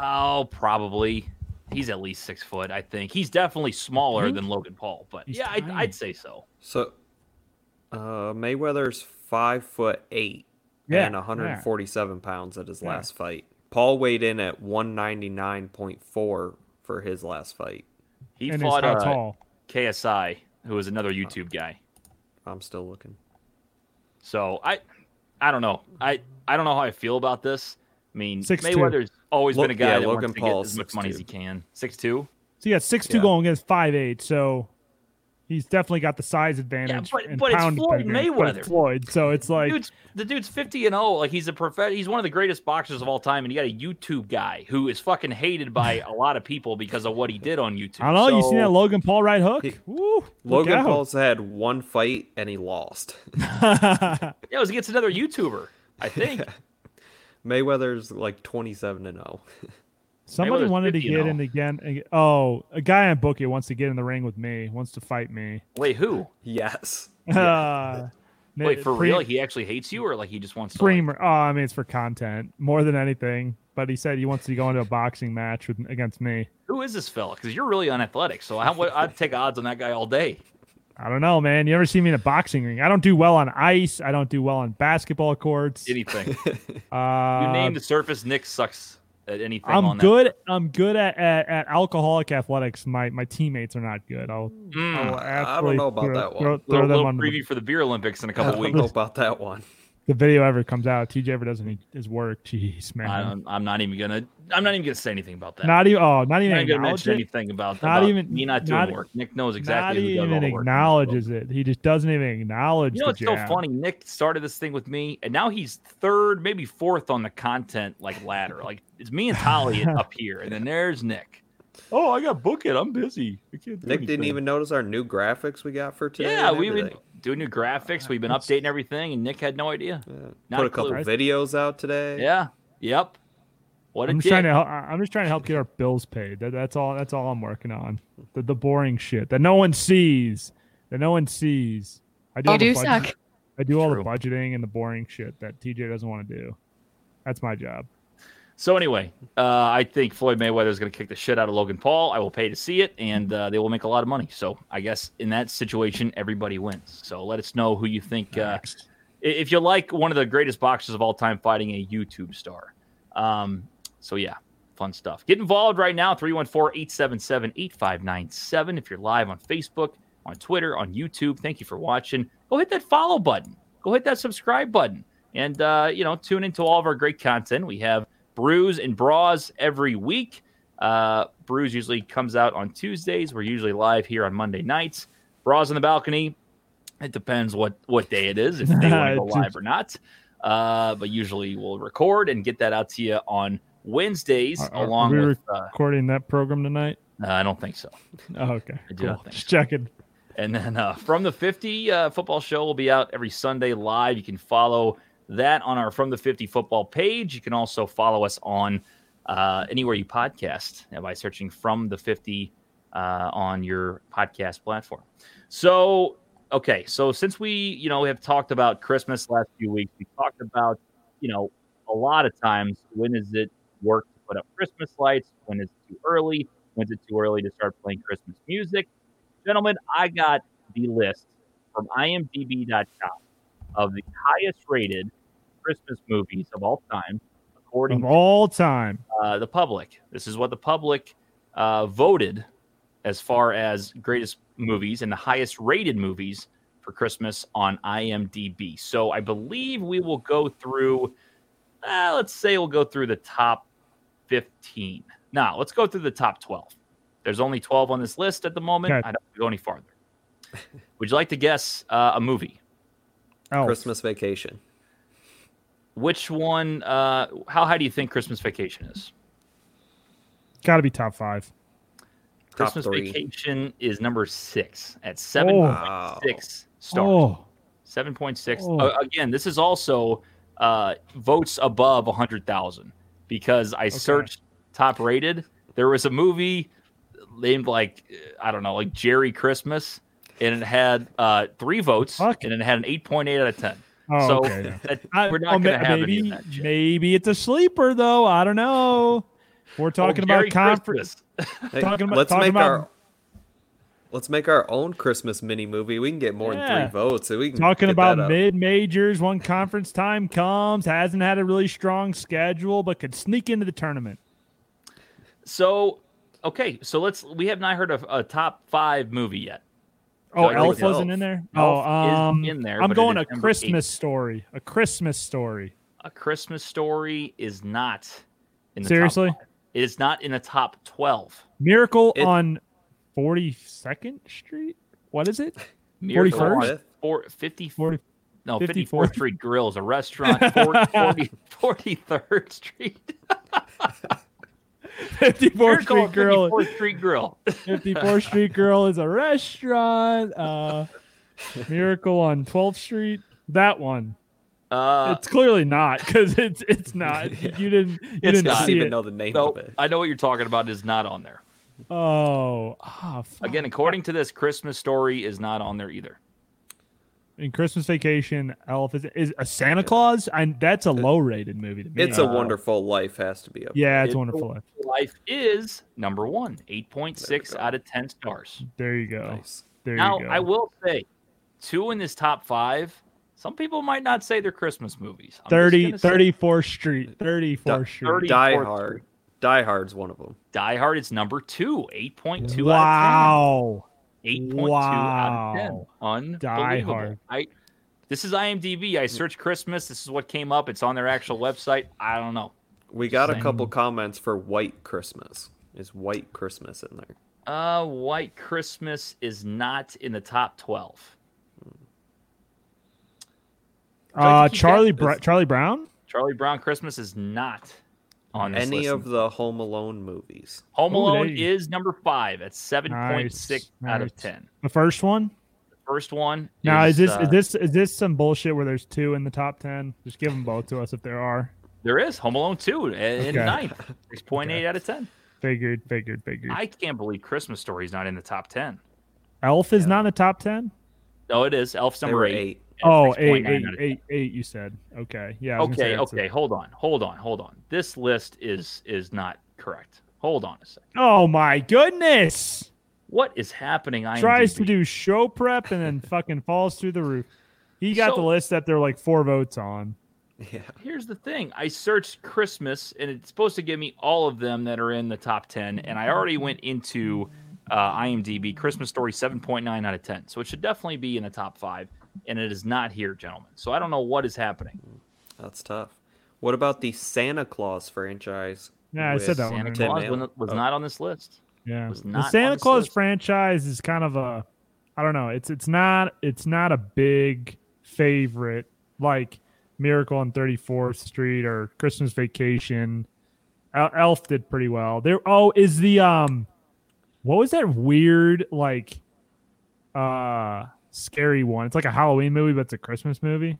Speaker 4: Oh, probably. He's at least six foot, I think. He's definitely smaller
Speaker 5: Think?
Speaker 4: than Logan Paul, but
Speaker 5: He's
Speaker 4: yeah, I'd,
Speaker 5: tiny.
Speaker 4: I'd say so.
Speaker 6: So uh, Mayweather's five foot eight
Speaker 5: Yeah,
Speaker 6: and
Speaker 5: yeah.
Speaker 6: 147 pounds at his
Speaker 5: Yeah.
Speaker 6: last fight. Paul weighed in at 199.4 for his last fight.
Speaker 4: He
Speaker 5: and is
Speaker 4: fought
Speaker 5: how
Speaker 4: uh,
Speaker 5: tall? Uh-huh.
Speaker 4: KSI, who was another YouTube guy.
Speaker 6: I'm still looking.
Speaker 4: So I, I don't know. I I don't know how I feel about this. I mean,
Speaker 5: 6'2".
Speaker 4: Mayweather's always
Speaker 6: Lo-
Speaker 4: been a guy
Speaker 6: yeah,
Speaker 4: that
Speaker 6: Logan
Speaker 4: wants to
Speaker 6: Paul
Speaker 4: get
Speaker 6: is
Speaker 4: as much money as he
Speaker 6: 6'2".
Speaker 4: can. Six two.
Speaker 5: So you got six two
Speaker 6: Yeah.
Speaker 5: going against five eight. So he's definitely got the size advantage.
Speaker 4: but-
Speaker 5: and
Speaker 4: but it's
Speaker 5: pound
Speaker 4: Floyd
Speaker 5: advantage, but it's
Speaker 4: Mayweather.
Speaker 5: Floyd. So it's like
Speaker 4: dude's, the dude's 50 and 0. Like he's a prof- he's one of the greatest boxers of all time and you got a YouTube guy who is fucking hated by a lot of people because of what he did on YouTube.
Speaker 5: I don't know. you seen that
Speaker 4: So,
Speaker 5: Logan Paul right hook?
Speaker 6: He-
Speaker 5: Woo, look
Speaker 6: Logan
Speaker 5: out.
Speaker 6: Paul's had one fight and he lost.
Speaker 4: yeah, it was against another YouTuber. I think.
Speaker 6: Mayweather's like 27 and oh. 0.
Speaker 5: Somebody
Speaker 4: Mayweather's
Speaker 5: wanted to
Speaker 4: 50 and
Speaker 5: get
Speaker 4: all.
Speaker 5: in again. Oh, a guy on Bookie wants to get in the ring with me. Wants to fight me.
Speaker 4: Wait, who?
Speaker 6: Yes.
Speaker 5: Uh,
Speaker 4: Wait, for
Speaker 5: Pre-
Speaker 4: real? He actually hates you, or like he just wants to? Like,
Speaker 5: Premer. Oh, I mean, it's for content more than anything. But he said he wants to go into a boxing match with, against me.
Speaker 4: who is this fella? Because you're really unathletic, so I would I'd take odds on that guy all day.
Speaker 5: I don't know, man. You ever see me in a boxing ring? I don't do well on ice. I don't do well on basketball courts.
Speaker 4: Anything.
Speaker 5: Uh,
Speaker 4: You name the surface, Nick sucks at anything.
Speaker 5: I'm
Speaker 4: on
Speaker 5: good. I'm good at, at, at alcoholic athletics. My my teammates are not good. I'll,
Speaker 4: That.
Speaker 5: I'll
Speaker 4: Mm.
Speaker 6: I don't
Speaker 5: absolutely
Speaker 6: know about
Speaker 5: throw-
Speaker 6: that one.
Speaker 5: throw- throw
Speaker 4: Little,
Speaker 5: them
Speaker 4: little
Speaker 5: under the
Speaker 4: preview for the beer Olympics in a
Speaker 6: I
Speaker 4: couple
Speaker 6: don't
Speaker 4: weeks.
Speaker 6: know about that one.
Speaker 5: the video ever comes out, TJ ever does any e, his work. Jeez, man.
Speaker 4: I don't, I'm not even gonna. I'm not even gonna say anything about that.
Speaker 5: Not even. Oh, not
Speaker 4: I'm
Speaker 5: even.
Speaker 4: not gonna
Speaker 5: acknowledge
Speaker 4: mention
Speaker 5: it.
Speaker 4: anything about
Speaker 5: Not
Speaker 4: about
Speaker 5: even-
Speaker 4: me not doing
Speaker 5: not-
Speaker 4: work. Nick knows
Speaker 5: Not
Speaker 4: exactly who does all
Speaker 5: even
Speaker 4: the work.
Speaker 5: acknowledges it. He just doesn't even acknowledge.
Speaker 4: You know,
Speaker 5: the
Speaker 4: it's so
Speaker 5: jab.
Speaker 4: funny. Nick started this thing with me, and now he's third, maybe fourth on the content like ladder. Like it's me and Tolly up here, and then there's Nick. Oh, I got booked. I'm busy. I can't do
Speaker 6: Nick didn't
Speaker 4: anything.
Speaker 6: even notice our new graphics we got for today.
Speaker 4: Yeah,
Speaker 6: and
Speaker 4: we've been
Speaker 6: everything.
Speaker 4: doing new graphics. We've been updating everything, and Nick had no idea.
Speaker 6: Yeah.
Speaker 4: Not
Speaker 6: put
Speaker 4: a
Speaker 6: a couple
Speaker 4: clue.
Speaker 6: videos out today.
Speaker 4: Yeah. Yep. What a
Speaker 5: I'm just
Speaker 4: dick.
Speaker 5: trying to help. I- I'm just trying to help get our bills paid. That, that's all. That's all I'm working on. The, the boring shit that no one sees. That no one sees. I do.
Speaker 9: You
Speaker 5: all the
Speaker 9: do
Speaker 5: budget-
Speaker 9: suck.
Speaker 5: I do all the
Speaker 4: True.
Speaker 5: budgeting and the boring shit that TJ doesn't want to do. That's my job.
Speaker 4: So anyway, uh, I think Floyd Mayweather is going to kick the shit out of Logan Paul. I will pay to see it, and uh, they will make a lot of money. So I guess in that situation, everybody wins. So let us know who you think. Uh, i- if you like one of the greatest boxers of all time fighting a YouTube star. Um, so yeah, fun stuff. Get involved right now, 314-877-8597. If you're live on Facebook, on Twitter, on YouTube, thank you for watching. Go hit that follow button. Go hit that subscribe button. And, uh, you know, tune into all of our great content. We have brews and bras every week. Uh, brews usually comes out on Tuesdays. We're usually live here on Monday nights. Bras on the balcony. It depends what what day it is if they want to go live or not. Uh, but usually we'll record and get that out to you on Wednesdays,
Speaker 5: Are- are- are
Speaker 4: along
Speaker 5: we
Speaker 4: with. Uh,
Speaker 5: Recording that program tonight.
Speaker 4: no, I don't think so.
Speaker 5: Oh, okay.
Speaker 4: I do
Speaker 5: Cool.
Speaker 4: not think
Speaker 5: Just checking.
Speaker 4: And then uh, from the 50 uh, football show will be out every Sunday live. You can follow that on our From the 50 football page. You can also follow us on uh, anywhere you podcast uh, by searching From the 50 uh, on your podcast platform. So, okay. So, since we, you know, have talked about Christmas last few weeks, we talked about, you know, a lot of times when is it work to put up Christmas lights? When is it too early? When's it too early to start playing Christmas music? gentlemen, I got the list from IMDb.com of the highest rated Christmas movies of all time, according
Speaker 5: Of all time.
Speaker 4: to uh, the public. This is what the public uh, voted as far as greatest movies and the highest rated movies for Christmas on IMDb. So I believe we will go through, uh, let's say we'll go through the top 15. Now, let's go through the top 12. There's only 12 on this list at the moment.
Speaker 5: Okay.
Speaker 4: I don't go any farther. Would you like to guess uh, a movie?
Speaker 5: Oh,
Speaker 6: Christmas vacation.
Speaker 4: Which one? Uh, how high do you think Christmas Vacation is?
Speaker 5: got to be top five.
Speaker 6: Top
Speaker 4: Christmas
Speaker 6: three.
Speaker 4: Vacation is number six at
Speaker 5: Oh.
Speaker 4: 7.6
Speaker 6: Wow.
Speaker 4: stars.
Speaker 5: Oh,
Speaker 4: 7.6.
Speaker 5: Oh.
Speaker 4: Uh, again, this is also uh, votes above 100,000 because I searched top rated. There was a movie named like, uh, I don't know, like Jerry Christmas, and it had uh, three votes
Speaker 5: Fuck.
Speaker 4: and it had an 8.8 out of 10.
Speaker 5: oh
Speaker 4: so
Speaker 5: okay. yeah.
Speaker 4: that-
Speaker 5: I-
Speaker 4: we're not
Speaker 5: oh, ma-
Speaker 4: going to have
Speaker 5: maybe,
Speaker 4: any of that shit.
Speaker 5: maybe it's a sleeper though. I don't know. We're talking
Speaker 4: Oh,
Speaker 5: about
Speaker 4: Jerry
Speaker 5: conference.
Speaker 4: Christmas.
Speaker 6: Hey,
Speaker 5: Talking about-
Speaker 6: let's
Speaker 5: talking
Speaker 6: make
Speaker 5: about-
Speaker 6: our let's make our own Christmas mini movie. We can get more
Speaker 5: Yeah.
Speaker 6: than three votes. So we can
Speaker 5: Talking
Speaker 6: get that
Speaker 5: about
Speaker 6: up.
Speaker 5: mid majors when conference time comes. Hasn't had a really strong schedule, but could sneak into the tournament.
Speaker 4: So, okay, so let's, we have not heard of a top five movie yet. I
Speaker 5: Oh,
Speaker 4: agree
Speaker 5: Elf
Speaker 4: with
Speaker 5: wasn't
Speaker 6: Elf.
Speaker 5: in there.
Speaker 4: Elf
Speaker 5: oh,
Speaker 4: is
Speaker 5: um,
Speaker 4: in there,
Speaker 5: I'm
Speaker 4: but it
Speaker 5: going
Speaker 4: is number
Speaker 5: a
Speaker 4: eight.
Speaker 5: Christmas story. A Christmas story.
Speaker 4: A Christmas Story is not in the
Speaker 5: Seriously?
Speaker 4: Top five. It is not in the top twelve.
Speaker 5: Miracle
Speaker 6: It-
Speaker 5: on 42nd Street. What is it?
Speaker 4: Miracle on
Speaker 6: 41st?
Speaker 4: Four, 50,
Speaker 5: 40,
Speaker 4: no,
Speaker 5: 54th.
Speaker 4: 54th Street Grill is a restaurant. 40, 40, 43rd Street.
Speaker 5: 54th
Speaker 4: Miracle on
Speaker 5: Street Girl.
Speaker 4: 54th Street Grill.
Speaker 5: 54th Street Girl is a restaurant. Uh, Miracle on 12th Street. That one.
Speaker 4: Uh,
Speaker 5: it's clearly not because it's it's not.
Speaker 6: Yeah.
Speaker 5: You didn't. You
Speaker 4: It's
Speaker 5: didn't
Speaker 4: not.
Speaker 6: I don't
Speaker 5: see
Speaker 6: even
Speaker 5: it.
Speaker 6: know the name
Speaker 4: no,
Speaker 6: of it.
Speaker 4: I know what you're talking about. Is not on there.
Speaker 5: Oh, ah, fuck.
Speaker 4: Again, according to this, Christmas Story is not on there either.
Speaker 5: in Christmas Vacation, Elf is, is a Santa Claus, and that's a low rated movie to me.
Speaker 6: It's a Wonderful Life has to be up.
Speaker 5: yeah, it's
Speaker 4: It-
Speaker 5: wonderful. Life.
Speaker 4: Life is number one, 8.6
Speaker 6: There we go.
Speaker 4: out of 10 stars.
Speaker 5: There you go.
Speaker 6: Nice.
Speaker 5: There
Speaker 4: now,
Speaker 5: you go.
Speaker 4: I will say, two in this top five, some people might not say they're Christmas movies. I'm just
Speaker 5: 30,
Speaker 4: gonna say
Speaker 5: 34th Street, 34th Street.
Speaker 4: 30
Speaker 6: Die
Speaker 4: fourth
Speaker 6: Hard.
Speaker 4: Street.
Speaker 6: Die Hard's one of them.
Speaker 4: Die Hard is number two, 8.2 out
Speaker 5: Wow.
Speaker 4: of 10. 8.2
Speaker 5: Wow.
Speaker 4: out of 10.
Speaker 5: Die
Speaker 4: Unbelievable.
Speaker 5: Hard.
Speaker 4: I, this is IMDb. I searched Christmas. This is what came up. It's on their actual website. I don't know.
Speaker 6: We got a
Speaker 5: Same.
Speaker 6: couple comments for White Christmas. Is White Christmas in there?
Speaker 4: Uh, White Christmas is not in the top 12.
Speaker 5: Uh,
Speaker 4: keep that-
Speaker 5: Charlie Br- Charlie Brown.
Speaker 4: Charlie Brown Christmas is not on this
Speaker 6: Any
Speaker 4: list.
Speaker 6: of the Home Alone movies?
Speaker 4: Home
Speaker 5: Ooh, there
Speaker 4: Alone
Speaker 5: you-
Speaker 4: is number five at seven point six
Speaker 5: Nice,
Speaker 4: out of
Speaker 5: nice.
Speaker 4: ten.
Speaker 5: The first one.
Speaker 4: First one.
Speaker 5: Now is this
Speaker 4: uh,
Speaker 5: is this is this some bullshit where there's two in the top ten? Just give them both to us if there are.
Speaker 4: there is Home Alone two in
Speaker 5: Okay.
Speaker 4: ninth, six point eight
Speaker 5: Okay.
Speaker 4: out of ten.
Speaker 5: Figured, figured, figured.
Speaker 4: I can't believe Christmas Story is not in the top ten.
Speaker 5: Elf is not in the top ten.
Speaker 4: No, it is Elf's
Speaker 6: There
Speaker 4: number
Speaker 6: were
Speaker 4: eight.
Speaker 6: eight.
Speaker 4: at
Speaker 5: Oh,
Speaker 4: 6.9
Speaker 5: eight, eight,
Speaker 4: out of 10.
Speaker 5: eight, eight. You said okay. Yeah. I was gonna say
Speaker 4: Okay,
Speaker 5: that's a-
Speaker 4: okay, hold on, hold on, hold on. This list is is not correct. Hold on a second.
Speaker 5: Oh my goodness!
Speaker 4: What is happening? IMDb?
Speaker 5: Tries to do show prep and then fucking falls through the roof. He got the
Speaker 4: So-
Speaker 5: list that they're like four votes on.
Speaker 6: Yeah.
Speaker 4: Here's the thing. I searched Christmas, and it's supposed to give me all of them that are in the top ten. And I already went into uh, IMDb Christmas Story 7.9 out of 10, so it should definitely be in the top five. And it is not here, gentlemen. So I don't know what is happening.
Speaker 6: That's tough. What about the Santa Claus franchise?
Speaker 5: Yeah, I
Speaker 6: with
Speaker 5: said that one.
Speaker 4: Santa
Speaker 5: Tim
Speaker 4: Claus
Speaker 6: Allen?
Speaker 4: was, was
Speaker 6: Oh.
Speaker 4: not on this list.
Speaker 5: Yeah,
Speaker 4: was
Speaker 5: the
Speaker 4: not on
Speaker 5: Santa
Speaker 4: this
Speaker 5: Claus
Speaker 4: list.
Speaker 5: franchise is kind of a, I don't know. It's it's not it's not a big favorite like Miracle on Thirty Fourth Street or Christmas Vacation. El- Elf did pretty well. There. Oh, is the um, what was that weird like, uh, scary one? It's like a Halloween movie, but it's a Christmas movie.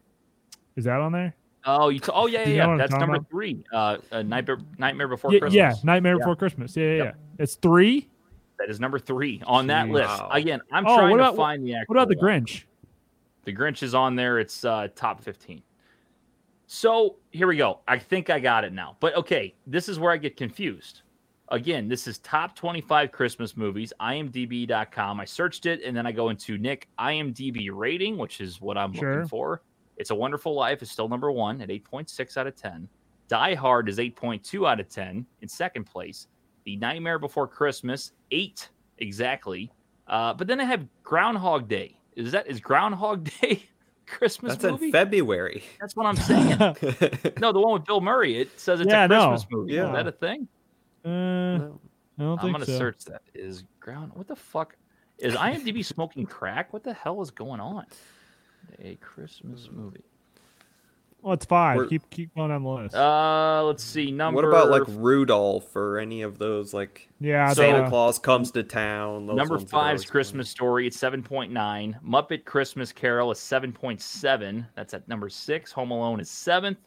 Speaker 5: Is that on there?
Speaker 4: Oh, you t- oh yeah,
Speaker 5: You know
Speaker 4: yeah,
Speaker 5: what
Speaker 4: yeah.
Speaker 5: I'm
Speaker 4: That's
Speaker 5: talking
Speaker 4: number
Speaker 5: about?
Speaker 4: three. Uh, uh, Nightmare, Nightmare Before
Speaker 5: Yeah,
Speaker 4: Christmas.
Speaker 5: yeah, Nightmare
Speaker 4: Yeah.
Speaker 5: Before Christmas. Yeah, yeah,
Speaker 4: Yep.
Speaker 5: yeah. It's three.
Speaker 4: that is number three on that
Speaker 5: Jeez.
Speaker 4: list.
Speaker 6: Wow.
Speaker 4: Again, I'm
Speaker 5: Oh,
Speaker 4: trying
Speaker 5: what about-
Speaker 4: to find the actual. uh,
Speaker 5: What about the
Speaker 4: one.
Speaker 5: Grinch?
Speaker 4: The Grinch is on there. It's uh, top 15. So here we go. I think I got it now. But okay, this is where I get confused. Again, this is top 25 Christmas movies, imdb.com. I searched it and then I go into Nick IMDb rating, which is what I'm
Speaker 5: Sure.
Speaker 4: looking for. It's a Wonderful Life is still number one at 8.6 out of 10. Die Hard is 8.2 out of 10 in second place. The Nightmare Before Christmas, eight exactly. Uh, but then I have Groundhog Day. Is that is Groundhog Day a Christmas
Speaker 6: That's
Speaker 4: movie?
Speaker 6: in February.
Speaker 4: That's what I'm saying.
Speaker 6: no.
Speaker 4: no, the one with Bill Murray. It says it's
Speaker 5: Yeah,
Speaker 4: a
Speaker 5: no.
Speaker 4: Christmas movie.
Speaker 6: Yeah.
Speaker 4: Is that a thing?
Speaker 5: Uh, I don't
Speaker 4: I'm
Speaker 5: think
Speaker 4: gonna
Speaker 5: so.
Speaker 4: search that. Is ground what the fuck? Is IMDb smoking crack? What the hell is going on? A Christmas movie.
Speaker 5: Well, it's 5
Speaker 6: We're-
Speaker 5: keep keep going down the list.
Speaker 4: Uh let's see. Number
Speaker 6: What about like Rudolph or any of those like
Speaker 5: yeah, uh,
Speaker 6: Santa
Speaker 5: the-
Speaker 6: Claus comes to town? Those
Speaker 4: Number
Speaker 6: ones that are
Speaker 4: five's
Speaker 6: always fun.
Speaker 4: Christmas Story. It's seven point nine. Muppet Christmas Carol is seven point seven. That's at number six. Home Alone is seventh.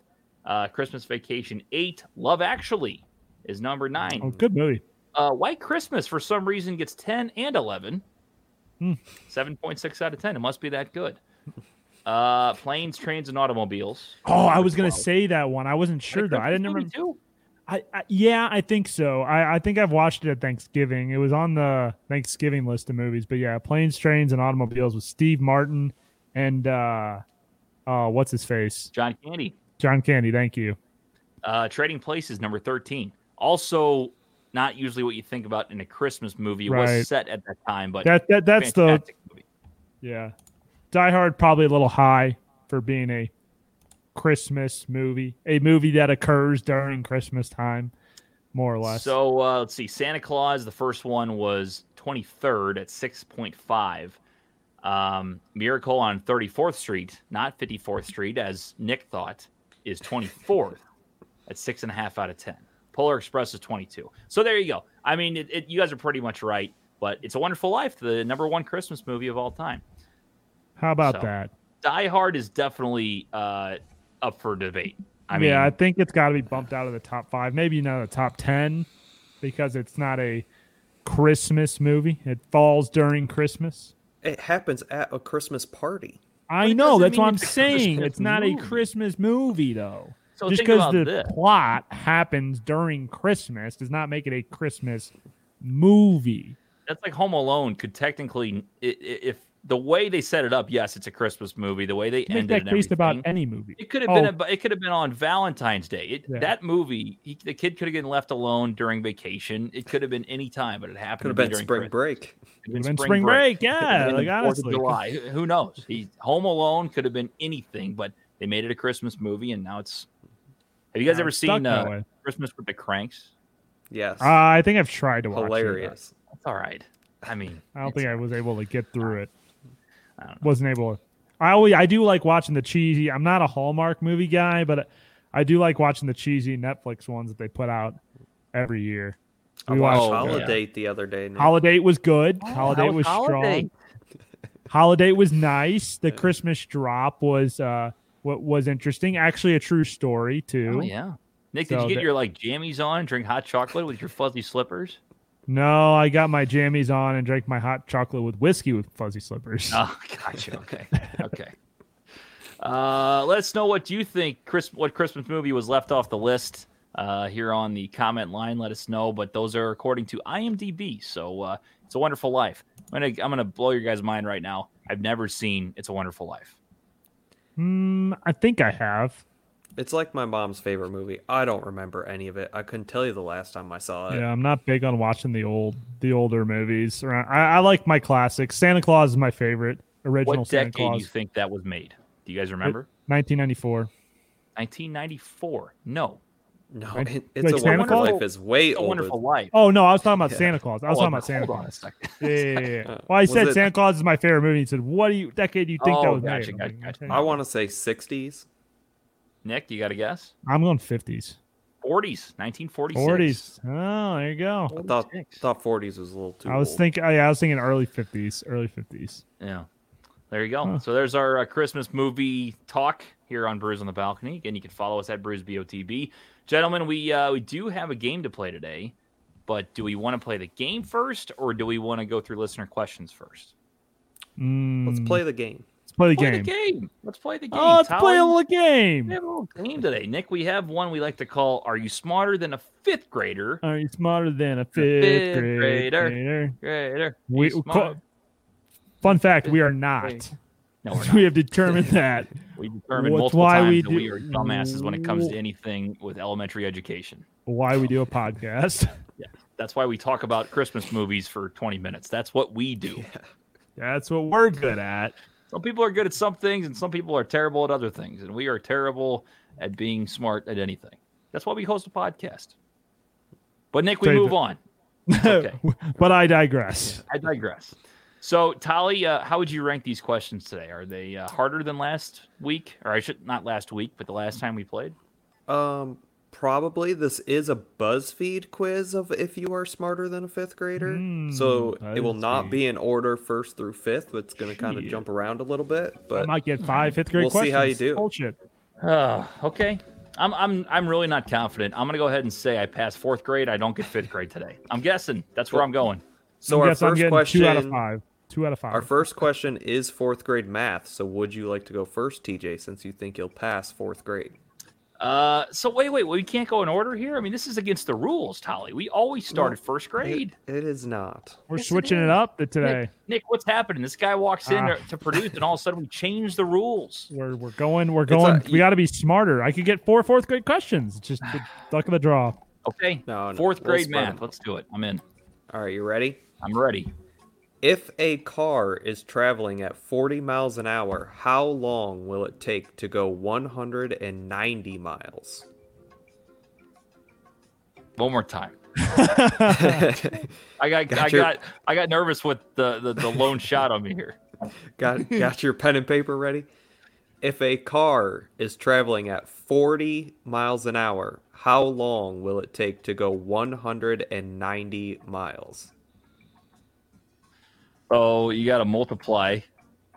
Speaker 4: Uh, Christmas Vacation eight. Love Actually is number
Speaker 5: oh,
Speaker 4: nine.
Speaker 5: good movie.
Speaker 4: Uh, White Christmas for some reason gets ten and eleven.
Speaker 5: Hmm.
Speaker 4: Seven point six out of ten. It must be that good. Uh, planes, trains, and automobiles.
Speaker 5: Oh, I was gonna
Speaker 4: 12.
Speaker 5: say that one. I wasn't
Speaker 4: Is that
Speaker 5: sure though. I
Speaker 4: Christmas
Speaker 5: didn't
Speaker 4: movie
Speaker 5: remember.
Speaker 4: too?
Speaker 5: I, I yeah, I think so. I I think I've watched it at Thanksgiving. It was on the Thanksgiving list of movies. But yeah, Planes, Trains, and Automobiles with Steve Martin and uh, uh, what's his face?
Speaker 4: John Candy.
Speaker 5: John Candy. Thank you.
Speaker 4: Uh, Trading Places, number 13. Also, not usually what you think about in a Christmas movie. It
Speaker 5: Right.
Speaker 4: was set at that time, but
Speaker 5: That that that's the
Speaker 4: fantastic movie.
Speaker 5: yeah. Die Hard probably a little high for being a Christmas movie, a movie that occurs during Christmas time, more or less.
Speaker 4: So uh, let's see. Santa Claus, the first one was 23rd at 6.5. Um, Miracle on 34th Street, not 54th Street, as Nick thought, is 24th at six and a half out of 10. Polar Express is 22. So there you go. I mean, it, it, you guys are pretty much right, but it's a wonderful life, the number one Christmas movie of all time.
Speaker 5: How about
Speaker 4: So-
Speaker 5: that?
Speaker 4: Die Hard is definitely uh, up for debate. I mean,
Speaker 5: yeah, I think it's got to be bumped out of the top five, maybe not the top ten, because it's not a Christmas movie. It falls during Christmas.
Speaker 6: It happens at a Christmas party.
Speaker 5: I
Speaker 4: it
Speaker 5: know.
Speaker 4: doesn't
Speaker 5: That's what
Speaker 4: mean
Speaker 5: I'm
Speaker 4: it's a
Speaker 5: saying.
Speaker 4: Christmas
Speaker 5: It's not a
Speaker 4: movie.
Speaker 5: Christmas movie, though.
Speaker 4: So
Speaker 5: Just
Speaker 4: think
Speaker 5: because
Speaker 4: about
Speaker 5: the
Speaker 4: this.
Speaker 5: plot happens during Christmas does not make it a Christmas movie.
Speaker 4: that's like Home Alone could technically, i- i- if the way they set it up, yes, it's a Christmas movie. The way they
Speaker 5: You make
Speaker 4: ended
Speaker 5: that
Speaker 4: and
Speaker 5: case about
Speaker 4: everything.
Speaker 5: any movie.
Speaker 4: It could have been.
Speaker 5: Oh.
Speaker 4: ab- It could have been on Valentine's Day. It,
Speaker 5: Yeah.
Speaker 4: That movie, he, the kid could have been left alone during vacation. It could have been any time, but it happened.
Speaker 6: Could have
Speaker 4: to be during
Speaker 6: been spring
Speaker 4: Christmas.
Speaker 6: break.
Speaker 4: Could
Speaker 5: Would've been spring break, yeah,
Speaker 4: Could have been
Speaker 5: like,
Speaker 4: the 4th of
Speaker 5: honestly.
Speaker 4: July. Who- Who knows? He Home Alone could have been anything, but they made it a Christmas movie, and now it's. Have you guys
Speaker 5: Now
Speaker 4: ever
Speaker 5: it's stuck
Speaker 4: seen
Speaker 5: that
Speaker 4: uh,
Speaker 5: way.
Speaker 4: Christmas with the Cranks?
Speaker 6: Yes.
Speaker 5: Uh, I think I've tried to watch it.
Speaker 6: Hilarious.
Speaker 4: It's all right. I mean,
Speaker 5: I don't
Speaker 4: it's
Speaker 5: think I
Speaker 4: all
Speaker 5: was able to get through it.
Speaker 4: I don't
Speaker 5: Wasn't able. To. I always I do like watching the cheesy. I'm not a Hallmark movie guy, but I do like watching the cheesy Netflix ones that they put out every year.
Speaker 6: I watched
Speaker 4: watched-
Speaker 6: Holiday the other day. Nick.
Speaker 5: Holiday was good.
Speaker 4: Oh,
Speaker 5: Holiday
Speaker 4: how was
Speaker 5: was
Speaker 4: Holiday?
Speaker 5: strong. Holiday was nice. The Christmas drop was uh what was interesting. Actually, a true story too.
Speaker 4: Oh, yeah. Nick, did
Speaker 5: So
Speaker 4: you get
Speaker 5: that-
Speaker 4: your like jammies on, drink hot chocolate with your fuzzy slippers?
Speaker 5: No, I got my jammies on and drank my hot chocolate with whiskey with fuzzy slippers.
Speaker 4: Oh, gotcha. Okay. okay. Uh, let us know what you think. Chris, what Christmas movie was left off the list uh, here on the comment line? Let us know. But those are according to IMDb. So uh, it's a Wonderful Life. I'm gonna I'm gonna blow your guys' mind right now. I've never seen It's a Wonderful Life.
Speaker 5: Hmm, I think I have.
Speaker 6: It's like my mom's favorite movie. I don't remember any of it. I couldn't tell you the last time I saw it.
Speaker 5: Yeah, I'm not big on watching the old the older movies. Or I, I like my classics. Santa Claus is my favorite original
Speaker 4: what
Speaker 5: Santa
Speaker 4: decade do
Speaker 5: Claus.
Speaker 4: you think that was made? Do you guys remember?
Speaker 5: 1994.
Speaker 4: 1994. No,
Speaker 6: No,
Speaker 5: Right?
Speaker 6: it,
Speaker 5: Like
Speaker 6: it's a
Speaker 5: Santa
Speaker 6: Wonderful
Speaker 5: Claus?
Speaker 6: Life is way
Speaker 4: It's a
Speaker 6: older.
Speaker 4: Wonderful Life.
Speaker 5: Oh no, I was talking about Santa Claus. I was
Speaker 4: Hold on,
Speaker 5: talking about Santa
Speaker 4: hold on a
Speaker 5: Claus.
Speaker 4: second.
Speaker 5: Yeah, yeah, yeah, yeah.
Speaker 6: Uh,
Speaker 5: Well, I
Speaker 6: was
Speaker 5: said
Speaker 6: it-
Speaker 5: Santa Claus is my favorite movie. He said, "What do you decade do you think that
Speaker 4: Oh,
Speaker 5: was made?"
Speaker 4: gotcha,
Speaker 5: I'm
Speaker 4: gotcha,
Speaker 5: like,
Speaker 4: gotcha.
Speaker 5: "Okay."
Speaker 6: I want to say 60s.
Speaker 4: Nick, you got a guess?
Speaker 5: I'm going 50s,
Speaker 4: 40s, 1946.
Speaker 5: 40s. Oh, there you go.
Speaker 6: I thought
Speaker 4: 46.
Speaker 6: thought 40s was a little too
Speaker 5: I was
Speaker 6: old.
Speaker 5: thinking. I, I was thinking early 50s, early 50s.
Speaker 4: Yeah. There you go.
Speaker 5: Huh.
Speaker 4: So there's our uh, Christmas movie talk here on Brews on the Balcony. Again, you can follow us at Brews BOTB. Gentlemen, we uh, we do have a game to play today, but do we want to play the game first or do we want to go through listener questions first?
Speaker 5: Mm,
Speaker 6: Let's play the game.
Speaker 5: Let's play the
Speaker 4: play
Speaker 5: game.
Speaker 4: the game. Let's play the game.
Speaker 5: Oh, let's play a
Speaker 4: Talon.
Speaker 5: little game.
Speaker 4: We have a little game today. Nick, we have one we like to call Are You Smarter Than a Fifth Grader?
Speaker 5: Are you smarter than a fifth,
Speaker 4: fifth
Speaker 5: grade-
Speaker 4: grader.
Speaker 5: grader?
Speaker 4: Grader.
Speaker 5: We,
Speaker 4: He's
Speaker 5: co-
Speaker 4: smart.
Speaker 5: fun fact: we are not.
Speaker 4: grade. No, we're not.
Speaker 5: we have determined that.
Speaker 4: We determine
Speaker 5: What's
Speaker 4: multiple
Speaker 5: why
Speaker 4: times
Speaker 5: we
Speaker 4: that we
Speaker 5: do-
Speaker 4: are dumbasses when it comes to anything with elementary education.
Speaker 5: Why we do a podcast?
Speaker 4: That's why we talk about Christmas movies for 20 minutes. That's what we do.
Speaker 5: That's what we're good at.
Speaker 4: Some people are good at some things, and some people are terrible at other things. And we are terrible at being smart at anything. That's why we host a podcast. But Nick, we
Speaker 5: David.
Speaker 4: move on. Okay.
Speaker 5: but I digress.
Speaker 4: I digress. So, Tali, uh, how would you rank these questions today? Are they uh, harder than last week, or I should not last week, but the last time we played?
Speaker 6: Um, probably this is a BuzzFeed quiz of if you are smarter than a fifth grader. so
Speaker 5: Hmm,
Speaker 6: it will not be in order first through fifth. It's going to kind of
Speaker 5: Shit.
Speaker 6: jump around a little bit,
Speaker 5: I
Speaker 6: but
Speaker 5: might get five fifth grade
Speaker 6: We'll
Speaker 5: questions.
Speaker 6: see how you do.
Speaker 5: Bullshit.
Speaker 4: Oh, okay. I'm I'm I'm really not confident. I'm gonna go ahead and say I passed fourth grade. I don't get fifth grade today. I'm guessing that's where I'm going.
Speaker 6: so
Speaker 5: I
Speaker 6: our
Speaker 5: guess I'm
Speaker 6: first
Speaker 5: getting
Speaker 6: question
Speaker 5: two out of five. Two out of five.
Speaker 6: Our first question is fourth grade math. So would you like to go first, TJ, since you think you'll pass fourth grade?
Speaker 4: Uh, so wait, wait, we can't go in order here. I mean, this is against the rules, Tolly. We always started first grade.
Speaker 6: It, it is not.
Speaker 5: We're
Speaker 4: Yes, it
Speaker 5: switching it,
Speaker 4: is.
Speaker 5: up to today.
Speaker 4: Nick, Nick, what's happening? This guy walks in
Speaker 5: Ah.
Speaker 4: to, to produce, and all of a sudden we change the rules.
Speaker 5: We're we're going. We're
Speaker 6: a-
Speaker 5: going. we
Speaker 6: you-
Speaker 5: got to be smarter. I could get four fourth grade questions. It's Just the luck of the draw.
Speaker 4: Okay,
Speaker 6: No, no,
Speaker 4: fourth
Speaker 6: we'll
Speaker 4: grade
Speaker 6: spread
Speaker 4: math.
Speaker 6: them.
Speaker 4: Let's do it. I'm in.
Speaker 6: All right, you ready?
Speaker 4: I'm ready.
Speaker 6: If a car is traveling at 40 miles an hour, how long will it take to go 190 miles?
Speaker 4: One more time.
Speaker 6: got
Speaker 4: I got,
Speaker 6: Got
Speaker 4: I
Speaker 6: your-
Speaker 4: got, I got nervous with the the, the lone shot on me here.
Speaker 6: got your pen and paper ready? If a car is traveling at 40 miles an hour, how long will it take to go 190 miles?
Speaker 4: Oh, you got to multiply.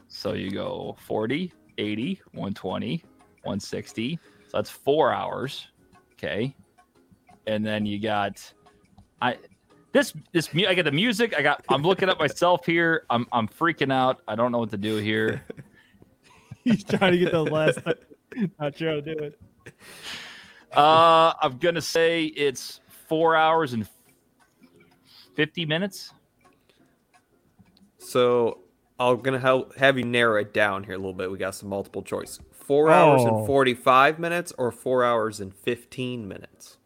Speaker 4: So you go 40, 80, 120, 160. So that's four hours. Okay. And then you got I this this mu- I got the music. I got I'm looking up myself here. I'm I'm freaking out. I don't know what to do here.
Speaker 5: He's trying to get the last. Not sure how to do it.
Speaker 4: Uh I'm gonna say it's four hours and fifty minutes.
Speaker 6: So I'm gonna help have you narrow it down here a little bit. We got some multiple choice. Four hours
Speaker 5: Oh.
Speaker 6: and forty-five minutes, or four hours and fifteen minutes.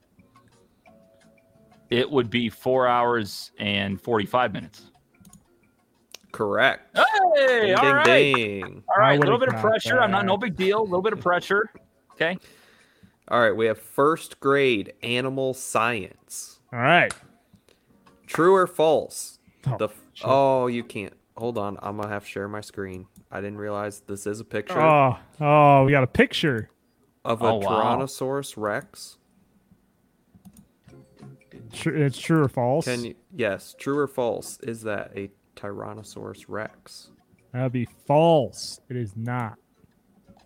Speaker 4: It would be four hours and forty five minutes.
Speaker 6: Correct.
Speaker 4: Hey, all right.
Speaker 6: ding.
Speaker 4: All right, a
Speaker 5: I
Speaker 4: little
Speaker 5: would've
Speaker 4: bit of
Speaker 5: got
Speaker 4: pressure. I'm not
Speaker 5: that.
Speaker 4: no big deal. A little bit of pressure. Okay.
Speaker 6: All right, we have first grade animal science.
Speaker 5: All right.
Speaker 6: True or false?
Speaker 5: Oh,
Speaker 6: the f-
Speaker 5: shit.
Speaker 6: oh, you can't. Hold on, I'm gonna have to share my screen. I didn't realize this is a picture
Speaker 5: Oh, oh, we got a picture.
Speaker 6: of a
Speaker 4: Oh, wow.
Speaker 6: Tyrannosaurus Rex.
Speaker 5: Tr- It's true or false.
Speaker 6: Can you? Yes, true or false? Is that a Tyrannosaurus Rex?
Speaker 5: That'd be false. It is not.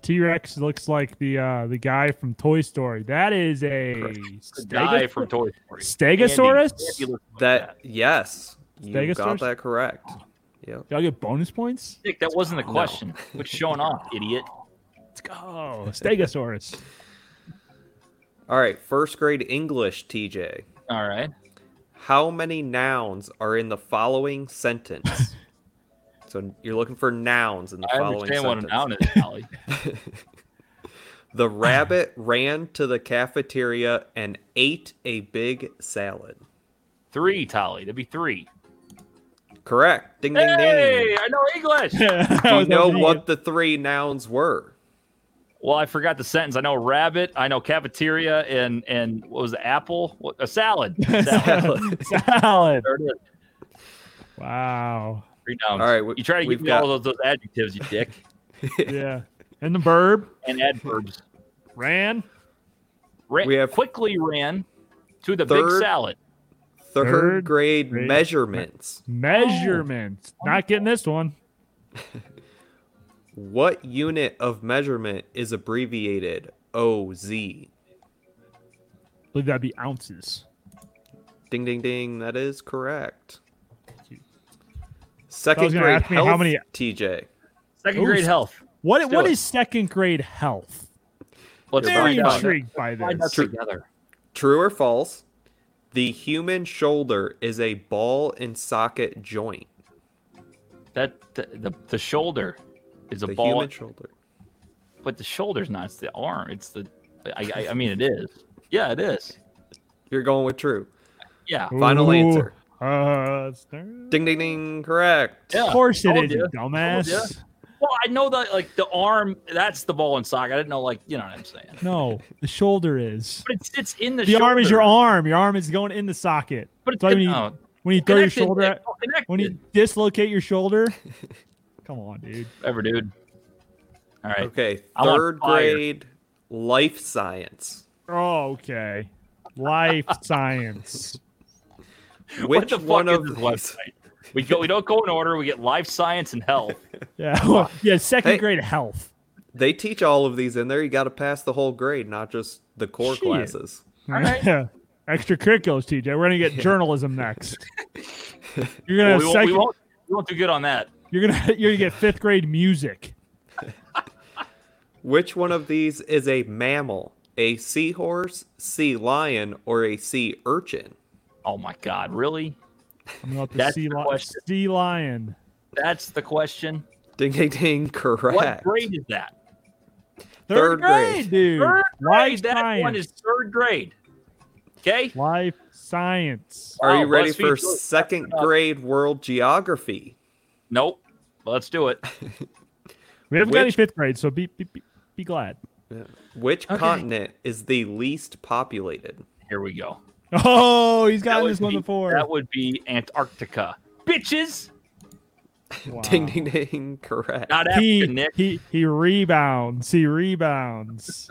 Speaker 5: T Rex looks like the uh, the guy from Toy Story. That is a
Speaker 4: The
Speaker 5: stego-
Speaker 4: guy from Toy Story.
Speaker 5: Stegosaurus.
Speaker 4: Andy looks like
Speaker 6: That yes, you
Speaker 5: Stegosaurus?
Speaker 6: got that correct. Yep.
Speaker 5: Do I get bonus points?
Speaker 4: Nick, that wasn't the question. What's showing off, idiot?
Speaker 5: Let's go. Oh, Stegosaurus.
Speaker 6: All right, first grade English, TJ.
Speaker 4: All right.
Speaker 6: How many nouns are in the following sentence? so you're looking for nouns in the
Speaker 4: I
Speaker 6: following
Speaker 4: understand what a
Speaker 6: sentence.
Speaker 4: noun is, Allie.
Speaker 6: The rabbit ran to the cafeteria and ate a big salad.
Speaker 4: Three, Tolly. That'd be three.
Speaker 6: Correct. Ding ding
Speaker 4: Hey,
Speaker 6: ding.
Speaker 4: I know English.
Speaker 6: Do you know what the three nouns were?
Speaker 4: Well, I forgot the sentence. I know rabbit. I know cafeteria, and and what was the apple? What, a salad. salad.
Speaker 6: Salad.
Speaker 5: Salad.
Speaker 4: There it is.
Speaker 5: Wow.
Speaker 4: Three nouns.
Speaker 6: All right, we-
Speaker 4: you try to
Speaker 6: we've
Speaker 4: give me all those, those adjectives, you dick,
Speaker 5: Yeah. And the verb
Speaker 4: and adverbs.
Speaker 5: ran.
Speaker 4: Ran,
Speaker 6: We have-
Speaker 4: quickly ran to the big
Speaker 6: Third-
Speaker 4: salad.
Speaker 6: Third,
Speaker 5: Third
Speaker 6: grade,
Speaker 5: grade
Speaker 6: measurements.
Speaker 5: Measurements. Not getting this one.
Speaker 6: What unit of measurement is abbreviated OZ? Ding
Speaker 5: I believe that'd be ounces.
Speaker 6: ding ding. That is correct.
Speaker 5: you.
Speaker 6: Second
Speaker 5: gonna
Speaker 6: grade
Speaker 5: ask me how
Speaker 6: health,
Speaker 5: many-
Speaker 6: TJ.
Speaker 4: Second
Speaker 5: Ooh,
Speaker 4: grade health.
Speaker 5: What
Speaker 4: Still
Speaker 5: what
Speaker 4: it.
Speaker 5: is second grade health?
Speaker 4: Let's
Speaker 5: Very
Speaker 4: find out.
Speaker 5: intrigued by
Speaker 4: Find out
Speaker 5: this.
Speaker 6: True.
Speaker 4: together.
Speaker 6: True or false? The human shoulder is a ball and socket joint.
Speaker 4: That the, the, the shoulder is a
Speaker 6: the
Speaker 4: ball,
Speaker 6: human shoulder.
Speaker 4: but the shoulder's not. It's the arm. It's the. I, I, I mean, it is. Yeah, it is.
Speaker 6: You're going with true.
Speaker 4: Yeah,
Speaker 6: Final
Speaker 5: Ooh.
Speaker 6: answer.
Speaker 5: Uh, it's there.
Speaker 6: Ding ding ding. Correct.
Speaker 4: yeah.
Speaker 5: Of course it
Speaker 4: Told
Speaker 5: is,
Speaker 4: ya.
Speaker 5: you
Speaker 4: Told
Speaker 5: dumbass.
Speaker 4: Well, I know that like the arm. That's the ball and sock. I didn't know like you know what I'm saying.
Speaker 5: No, the shoulder is.
Speaker 4: But it's it's in the.
Speaker 5: The arm is your
Speaker 4: shoulder.
Speaker 5: arm. Your arm is going in the socket.
Speaker 4: But it's
Speaker 5: So I
Speaker 4: in-
Speaker 5: mean,
Speaker 4: oh,
Speaker 5: When you throw your
Speaker 4: connected,
Speaker 5: shoulder,
Speaker 4: Nick,
Speaker 5: out-
Speaker 4: all connected.
Speaker 5: when you dislocate your shoulder. Come on, dude.
Speaker 4: Whatever, dude. All right.
Speaker 6: Okay.
Speaker 4: I'm on
Speaker 6: Third
Speaker 4: fire.
Speaker 6: grade life science.
Speaker 5: Oh, okay. Life science.
Speaker 6: Which
Speaker 4: what the
Speaker 6: one
Speaker 4: fuck
Speaker 6: of
Speaker 4: is this
Speaker 6: these-
Speaker 4: website? We go. We don't go in order. We get life science and health.
Speaker 5: Yeah. well, yeah. Second
Speaker 6: Hey.
Speaker 5: grade health.
Speaker 6: They teach all of these in there. You got to pass the whole grade, not just the core
Speaker 5: Shit.
Speaker 6: classes.
Speaker 4: right.
Speaker 5: Yeah. Extracurriculars, TJ. We're gonna get journalism next. You're
Speaker 4: Well,
Speaker 5: gonna
Speaker 4: we, won't,
Speaker 5: second,
Speaker 4: we won't. We won't do good on that.
Speaker 5: you're gonna you're gonna get fifth grade music.
Speaker 6: Which one of these is a mammal? A seahorse, sea lion, or a sea urchin?
Speaker 4: Oh my God! Really?
Speaker 5: I'm gonna let the
Speaker 4: That's
Speaker 5: sea,
Speaker 4: the
Speaker 5: li-
Speaker 4: question.
Speaker 5: sea lion.
Speaker 4: That's the question.
Speaker 6: Ding ding ding. Correct.
Speaker 4: What grade is that?
Speaker 6: Third grade.
Speaker 5: dude.
Speaker 4: Third grade.
Speaker 5: Life
Speaker 4: That
Speaker 5: science.
Speaker 4: one is third grade. Okay.
Speaker 5: Life science.
Speaker 6: Are you
Speaker 4: Wow,
Speaker 6: ready
Speaker 4: BuzzFeed
Speaker 6: for
Speaker 4: really stepped
Speaker 6: second
Speaker 4: it up.
Speaker 6: grade world geography?
Speaker 4: Nope. Let's do it.
Speaker 5: We haven't got any
Speaker 6: Which-
Speaker 5: fifth grade, so be be, be, be glad.
Speaker 6: Which continent is the least populated?
Speaker 4: Here we go.
Speaker 5: Oh, he's gotten
Speaker 4: would
Speaker 5: this one
Speaker 4: be-
Speaker 5: before.
Speaker 4: That would be Antarctica. Bitches.
Speaker 5: Wow.
Speaker 6: Ding ding ding. Correct.
Speaker 4: Not Africa,
Speaker 5: He,
Speaker 4: Nick.
Speaker 5: he he rebounds. He rebounds.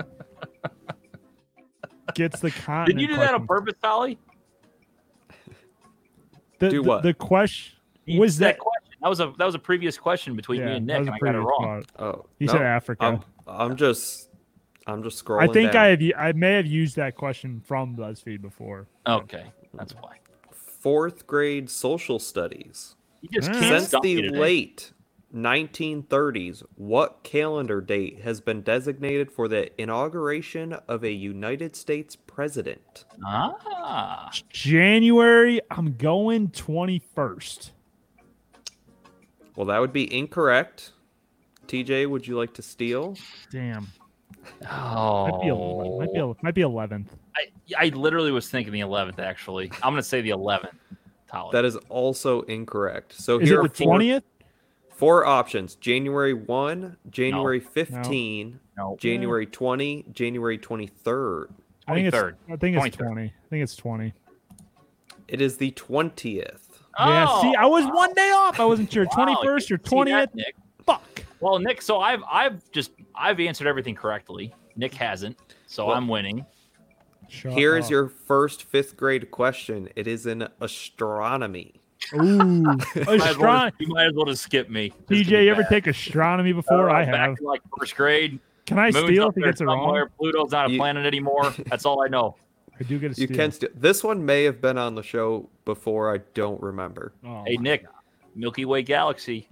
Speaker 5: Gets the continent.
Speaker 4: Did you do that on
Speaker 5: question.
Speaker 4: purpose, Tolly?
Speaker 5: The,
Speaker 6: Do
Speaker 5: the-
Speaker 6: what?
Speaker 5: The question
Speaker 4: You-
Speaker 5: was that.
Speaker 4: question? That was a that was a previous question between
Speaker 5: yeah,
Speaker 4: me and
Speaker 5: that
Speaker 4: Nick, and
Speaker 5: was a
Speaker 4: I got it
Speaker 5: previous
Speaker 4: wrong.
Speaker 5: one.
Speaker 6: Oh,
Speaker 5: He
Speaker 6: no,
Speaker 5: said Africa.
Speaker 6: I'm, I'm just I'm just scrolling.
Speaker 5: I think I
Speaker 6: down.
Speaker 5: have. u- I may have used that question from BuzzFeed before.
Speaker 4: Okay, that's why.
Speaker 6: fourth grade social studies.
Speaker 4: You just
Speaker 5: Mm.
Speaker 4: can't
Speaker 6: Since
Speaker 4: stop me
Speaker 6: the
Speaker 4: today.
Speaker 6: late 1930s, what calendar date has been designated for the inauguration of a United States president?
Speaker 4: Ah,
Speaker 5: January. I'm going twenty first.
Speaker 6: Well, that would be incorrect. TJ, would you like to steal?
Speaker 5: Damn. Might be,
Speaker 4: oh,
Speaker 5: el- might be, el- might be 11th.
Speaker 4: I, I literally was thinking the 11th. Actually, I'm gonna say the 11th. Tyler.
Speaker 6: That is also incorrect. So
Speaker 5: Is
Speaker 6: here
Speaker 5: it
Speaker 6: are
Speaker 5: the
Speaker 6: four,
Speaker 5: 20th?
Speaker 6: four options January 1, January 15,
Speaker 4: No.
Speaker 6: January 20, January 23rd.
Speaker 5: I think it's,
Speaker 4: 23rd.
Speaker 5: I think it's
Speaker 4: 23rd.
Speaker 5: 20. I think it's 20.
Speaker 6: It is the 20th.
Speaker 5: yeah, see, I was
Speaker 4: Oh, wow.
Speaker 5: one day off. I wasn't sure.
Speaker 4: Wow,
Speaker 5: 21st or
Speaker 4: you can see
Speaker 5: 20th.
Speaker 4: that, Nick.
Speaker 5: Fuck.
Speaker 4: Well, Nick, so I've I've just I've answered everything correctly. Nick hasn't, so
Speaker 6: Well-
Speaker 4: I'm winning.
Speaker 5: Shut
Speaker 6: Here is
Speaker 5: up.
Speaker 6: your first fifth grade question. It is in astronomy.
Speaker 5: Ooh.
Speaker 4: Might as well
Speaker 5: Astron-
Speaker 4: just- you might as well just skip me. Just to
Speaker 5: DJ,
Speaker 4: be
Speaker 5: you ever
Speaker 4: bad.
Speaker 5: take astronomy before? I
Speaker 4: Back
Speaker 5: have.
Speaker 4: in like first grade.
Speaker 5: Can I
Speaker 4: Moon's
Speaker 5: steal
Speaker 4: up
Speaker 5: if he
Speaker 4: there
Speaker 5: gets it wrong?
Speaker 4: somewhere, Pluto's not a
Speaker 6: You-
Speaker 4: planet anymore. That's all I know.
Speaker 5: I do get a steal.
Speaker 6: You can still. This one may have been on the show before. I don't remember.
Speaker 5: Oh,
Speaker 4: Hey
Speaker 5: my-
Speaker 4: Nick, Milky Way galaxy.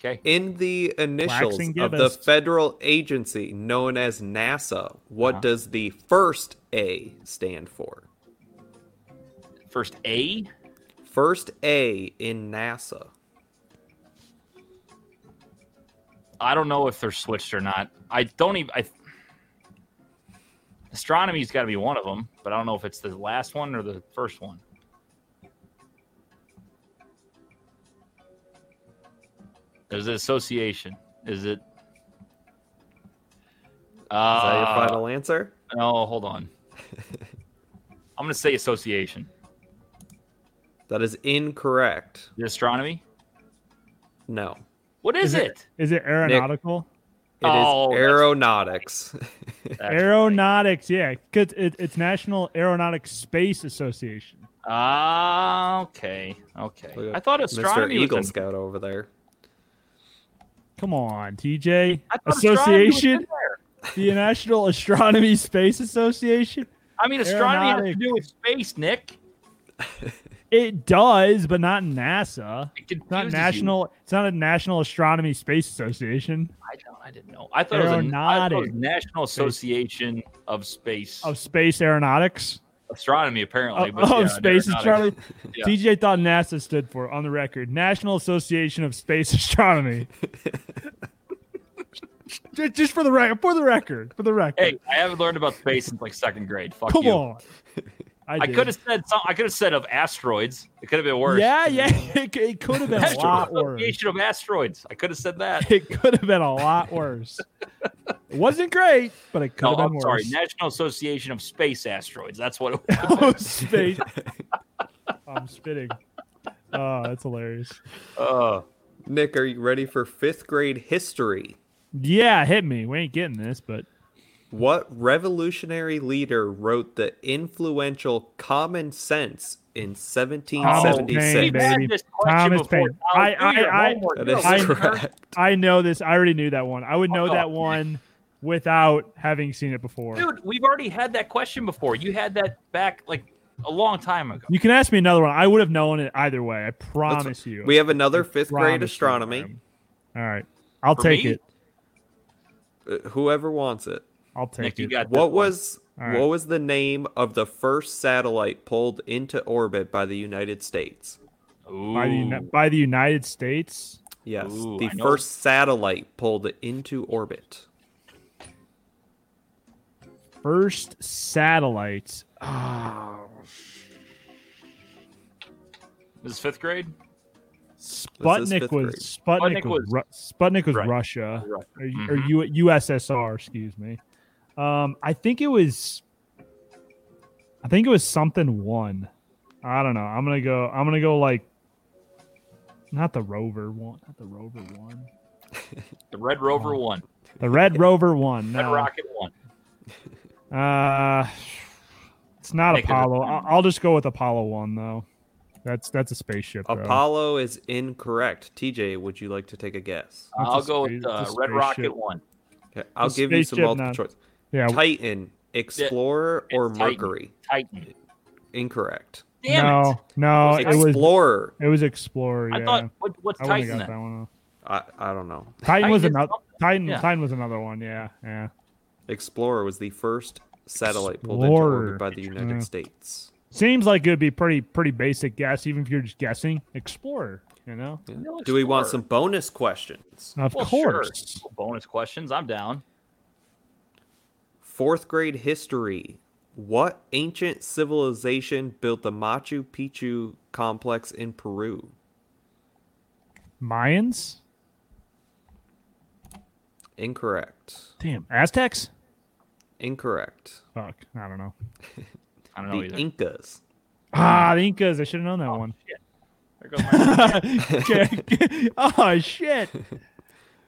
Speaker 4: Okay.
Speaker 6: In the initials
Speaker 5: Waxing
Speaker 6: of the
Speaker 5: gibbous.
Speaker 6: federal agency known as NASA, what
Speaker 4: Uh-huh.
Speaker 6: does the first A stand for?
Speaker 4: First A.
Speaker 6: First A in NASA.
Speaker 4: I don't know if they're switched or not. I don't even. I, astronomy's got to be one of them, but I don't know if it's the last one or the first one. There's an association. Is it?
Speaker 6: Is that your
Speaker 4: Uh,
Speaker 6: final answer?
Speaker 4: No, hold on. I'm gonna say association.
Speaker 6: That is incorrect.
Speaker 4: The astronomy.
Speaker 6: No,
Speaker 4: What is,
Speaker 5: Is
Speaker 4: it?
Speaker 5: Is it aeronautical?
Speaker 6: it is
Speaker 4: Oh, that's-
Speaker 6: aeronautics.
Speaker 4: That's
Speaker 5: Aeronautics, yeah. 'cause it, it's National Aeronautics Space Association.
Speaker 4: right. Ah, okay, okay.
Speaker 6: Look at
Speaker 4: I thought
Speaker 6: Mr.
Speaker 4: astronomy.
Speaker 6: Eagle
Speaker 4: was in-
Speaker 6: Scout over there.
Speaker 5: Come on, TJ.
Speaker 4: I thought astronomy was in
Speaker 5: Association,
Speaker 4: there.
Speaker 5: the National Astronomy Space Association.
Speaker 4: I mean, astronomy has to
Speaker 5: Aeronautics.
Speaker 4: do with space, Nick.
Speaker 5: It does, but not NASA.
Speaker 4: It
Speaker 5: It's not
Speaker 4: confuses you.
Speaker 5: national. It's not a National Astronomy Space Association
Speaker 4: I, don't, I didn't know. I thought, it was a, I thought it was
Speaker 5: Aeronautics. Oh,
Speaker 4: National Association of Space
Speaker 5: of Space Aeronautics
Speaker 4: Astronomy, apparently.
Speaker 5: of,
Speaker 4: but Oh, yeah,
Speaker 5: of Oh, Space Astronomy.
Speaker 4: aeronautics. Yeah.
Speaker 5: TJ thought NASA stood for on the record National Association of Space Astronomy. Ju- Just for the record, for the record, for the record.
Speaker 4: Hey, I haven't learned about space since like second grade. Fuck
Speaker 5: Come
Speaker 4: you.
Speaker 5: on.
Speaker 4: I
Speaker 5: did.
Speaker 4: could have said some, I could have said of asteroids. It could have been worse.
Speaker 5: Yeah, yeah. It, c- it could have been a
Speaker 4: National
Speaker 5: lot worse.
Speaker 4: Association of Asteroids. I could have said that.
Speaker 5: It could have been a lot worse. It wasn't great, but it could
Speaker 4: No,
Speaker 5: have been
Speaker 4: I'm
Speaker 5: worse.
Speaker 4: sorry. National Association of Space Asteroids. That's what. It
Speaker 5: Oh, space. I'm spitting. Oh, that's hilarious.
Speaker 4: Uh,
Speaker 6: Nick, are you ready for fifth grade history?
Speaker 5: Yeah, hit me. We ain't getting this, but
Speaker 6: What revolutionary leader wrote the influential Common Sense in
Speaker 5: Paine,
Speaker 6: 1776?
Speaker 5: baby.
Speaker 4: had this question
Speaker 5: Thomas
Speaker 4: before.
Speaker 5: Paine.
Speaker 4: Tyler,
Speaker 5: I-
Speaker 4: do
Speaker 5: I-
Speaker 4: your
Speaker 5: I-
Speaker 4: homework.
Speaker 6: that
Speaker 4: You're
Speaker 6: is
Speaker 4: a
Speaker 5: I-
Speaker 4: learner.
Speaker 6: correct.
Speaker 5: I know this. I already knew that one. I would know
Speaker 4: Fuck
Speaker 5: that
Speaker 4: off.
Speaker 5: one without having seen it before.
Speaker 4: Oh, Dude, we've already had that question before. You had that back like a long time ago.
Speaker 5: You can ask me another one. I would have known it either way. I promise you.
Speaker 6: We have another fifth grade
Speaker 5: Promise you,
Speaker 6: astronomy.
Speaker 5: Graham. All right. I'll
Speaker 4: For
Speaker 5: take
Speaker 4: me?
Speaker 5: it.
Speaker 6: Uh, Whoever wants it.
Speaker 5: I'll take
Speaker 4: Nick,
Speaker 5: it.
Speaker 4: you got this
Speaker 6: What
Speaker 4: one.
Speaker 6: was
Speaker 5: All right.
Speaker 6: what was the name of the first satellite pulled into orbit by the United States?
Speaker 5: by, the, Uni-
Speaker 4: Ooh.
Speaker 5: by the United States.
Speaker 6: Yes,
Speaker 4: Ooh,
Speaker 6: the
Speaker 4: I know.
Speaker 6: first satellite pulled into orbit.
Speaker 5: First satellite. Oh,
Speaker 4: This is fifth grade.
Speaker 5: Sputnik
Speaker 6: fifth
Speaker 5: was
Speaker 6: grade.
Speaker 5: Sputnik,
Speaker 4: Sputnik
Speaker 5: was,
Speaker 4: was-
Speaker 5: Ru- Sputnik was
Speaker 4: Right.
Speaker 5: Russia
Speaker 4: Right.
Speaker 5: or, or
Speaker 6: Mm-hmm.
Speaker 4: Mhm.
Speaker 5: U- USSR, excuse me. Um, I think it was. I think it was something one. I don't know. I'm gonna go. I'm gonna go like. Not the rover one. Not the rover one.
Speaker 4: The Red Rover one.
Speaker 5: The red rover one.
Speaker 4: Red
Speaker 5: Oh, No.
Speaker 4: Rocket one.
Speaker 5: Uh, it's not
Speaker 4: Make it a-
Speaker 5: Apollo. I'll, I'll just go with Apollo one though. That's that's a spaceship. though.
Speaker 6: Apollo is incorrect. TJ, would you like to take a guess?
Speaker 5: That's a
Speaker 4: I'll go with
Speaker 5: space-
Speaker 4: uh,
Speaker 5: it's a
Speaker 4: Red Rocket
Speaker 5: spaceship.
Speaker 4: one.
Speaker 6: Okay, I'll
Speaker 5: The
Speaker 6: give you some
Speaker 5: spaceship
Speaker 6: multiple
Speaker 5: not-
Speaker 6: choice.
Speaker 5: Yeah.
Speaker 6: Titan, Explorer, or
Speaker 4: It's Titan.
Speaker 6: Mercury?
Speaker 4: Titan.
Speaker 6: Incorrect.
Speaker 1: Damn
Speaker 5: no,
Speaker 1: it.
Speaker 5: no, Uh, it was
Speaker 6: Explorer.
Speaker 5: it was Explorer.
Speaker 4: I
Speaker 5: yeah.
Speaker 4: thought what, what's
Speaker 5: I wouldn't
Speaker 4: Titan
Speaker 5: have got
Speaker 4: then?
Speaker 5: that one. though.
Speaker 6: I, I don't know.
Speaker 5: Titan was
Speaker 4: Titan is
Speaker 5: another
Speaker 4: something,
Speaker 5: Titan.
Speaker 4: yeah.
Speaker 5: Titan was another one. Yeah, yeah.
Speaker 6: Explorer was the first satellite pulled into orbit
Speaker 5: Explorer.
Speaker 6: by the United
Speaker 5: Yeah.
Speaker 6: States.
Speaker 5: Seems like it would be pretty pretty basic guess, even if you're just guessing. Explorer, you know.
Speaker 6: Yeah.
Speaker 4: No
Speaker 6: Do we want
Speaker 4: Explorer.
Speaker 6: some bonus questions?
Speaker 5: Of
Speaker 4: Well,
Speaker 5: course.
Speaker 4: sure. Bonus questions. I'm down.
Speaker 6: Fourth grade history. What ancient civilization built the Machu Picchu complex in Peru?
Speaker 5: Mayans.
Speaker 6: Incorrect.
Speaker 5: Damn. Aztecs.
Speaker 6: Incorrect.
Speaker 5: Fuck. I don't know.
Speaker 4: I don't know
Speaker 6: The
Speaker 4: either.
Speaker 6: Incas.
Speaker 5: Ah, the Incas. I should have known that one.
Speaker 4: Oh, There goes my-
Speaker 5: Jack- oh shit.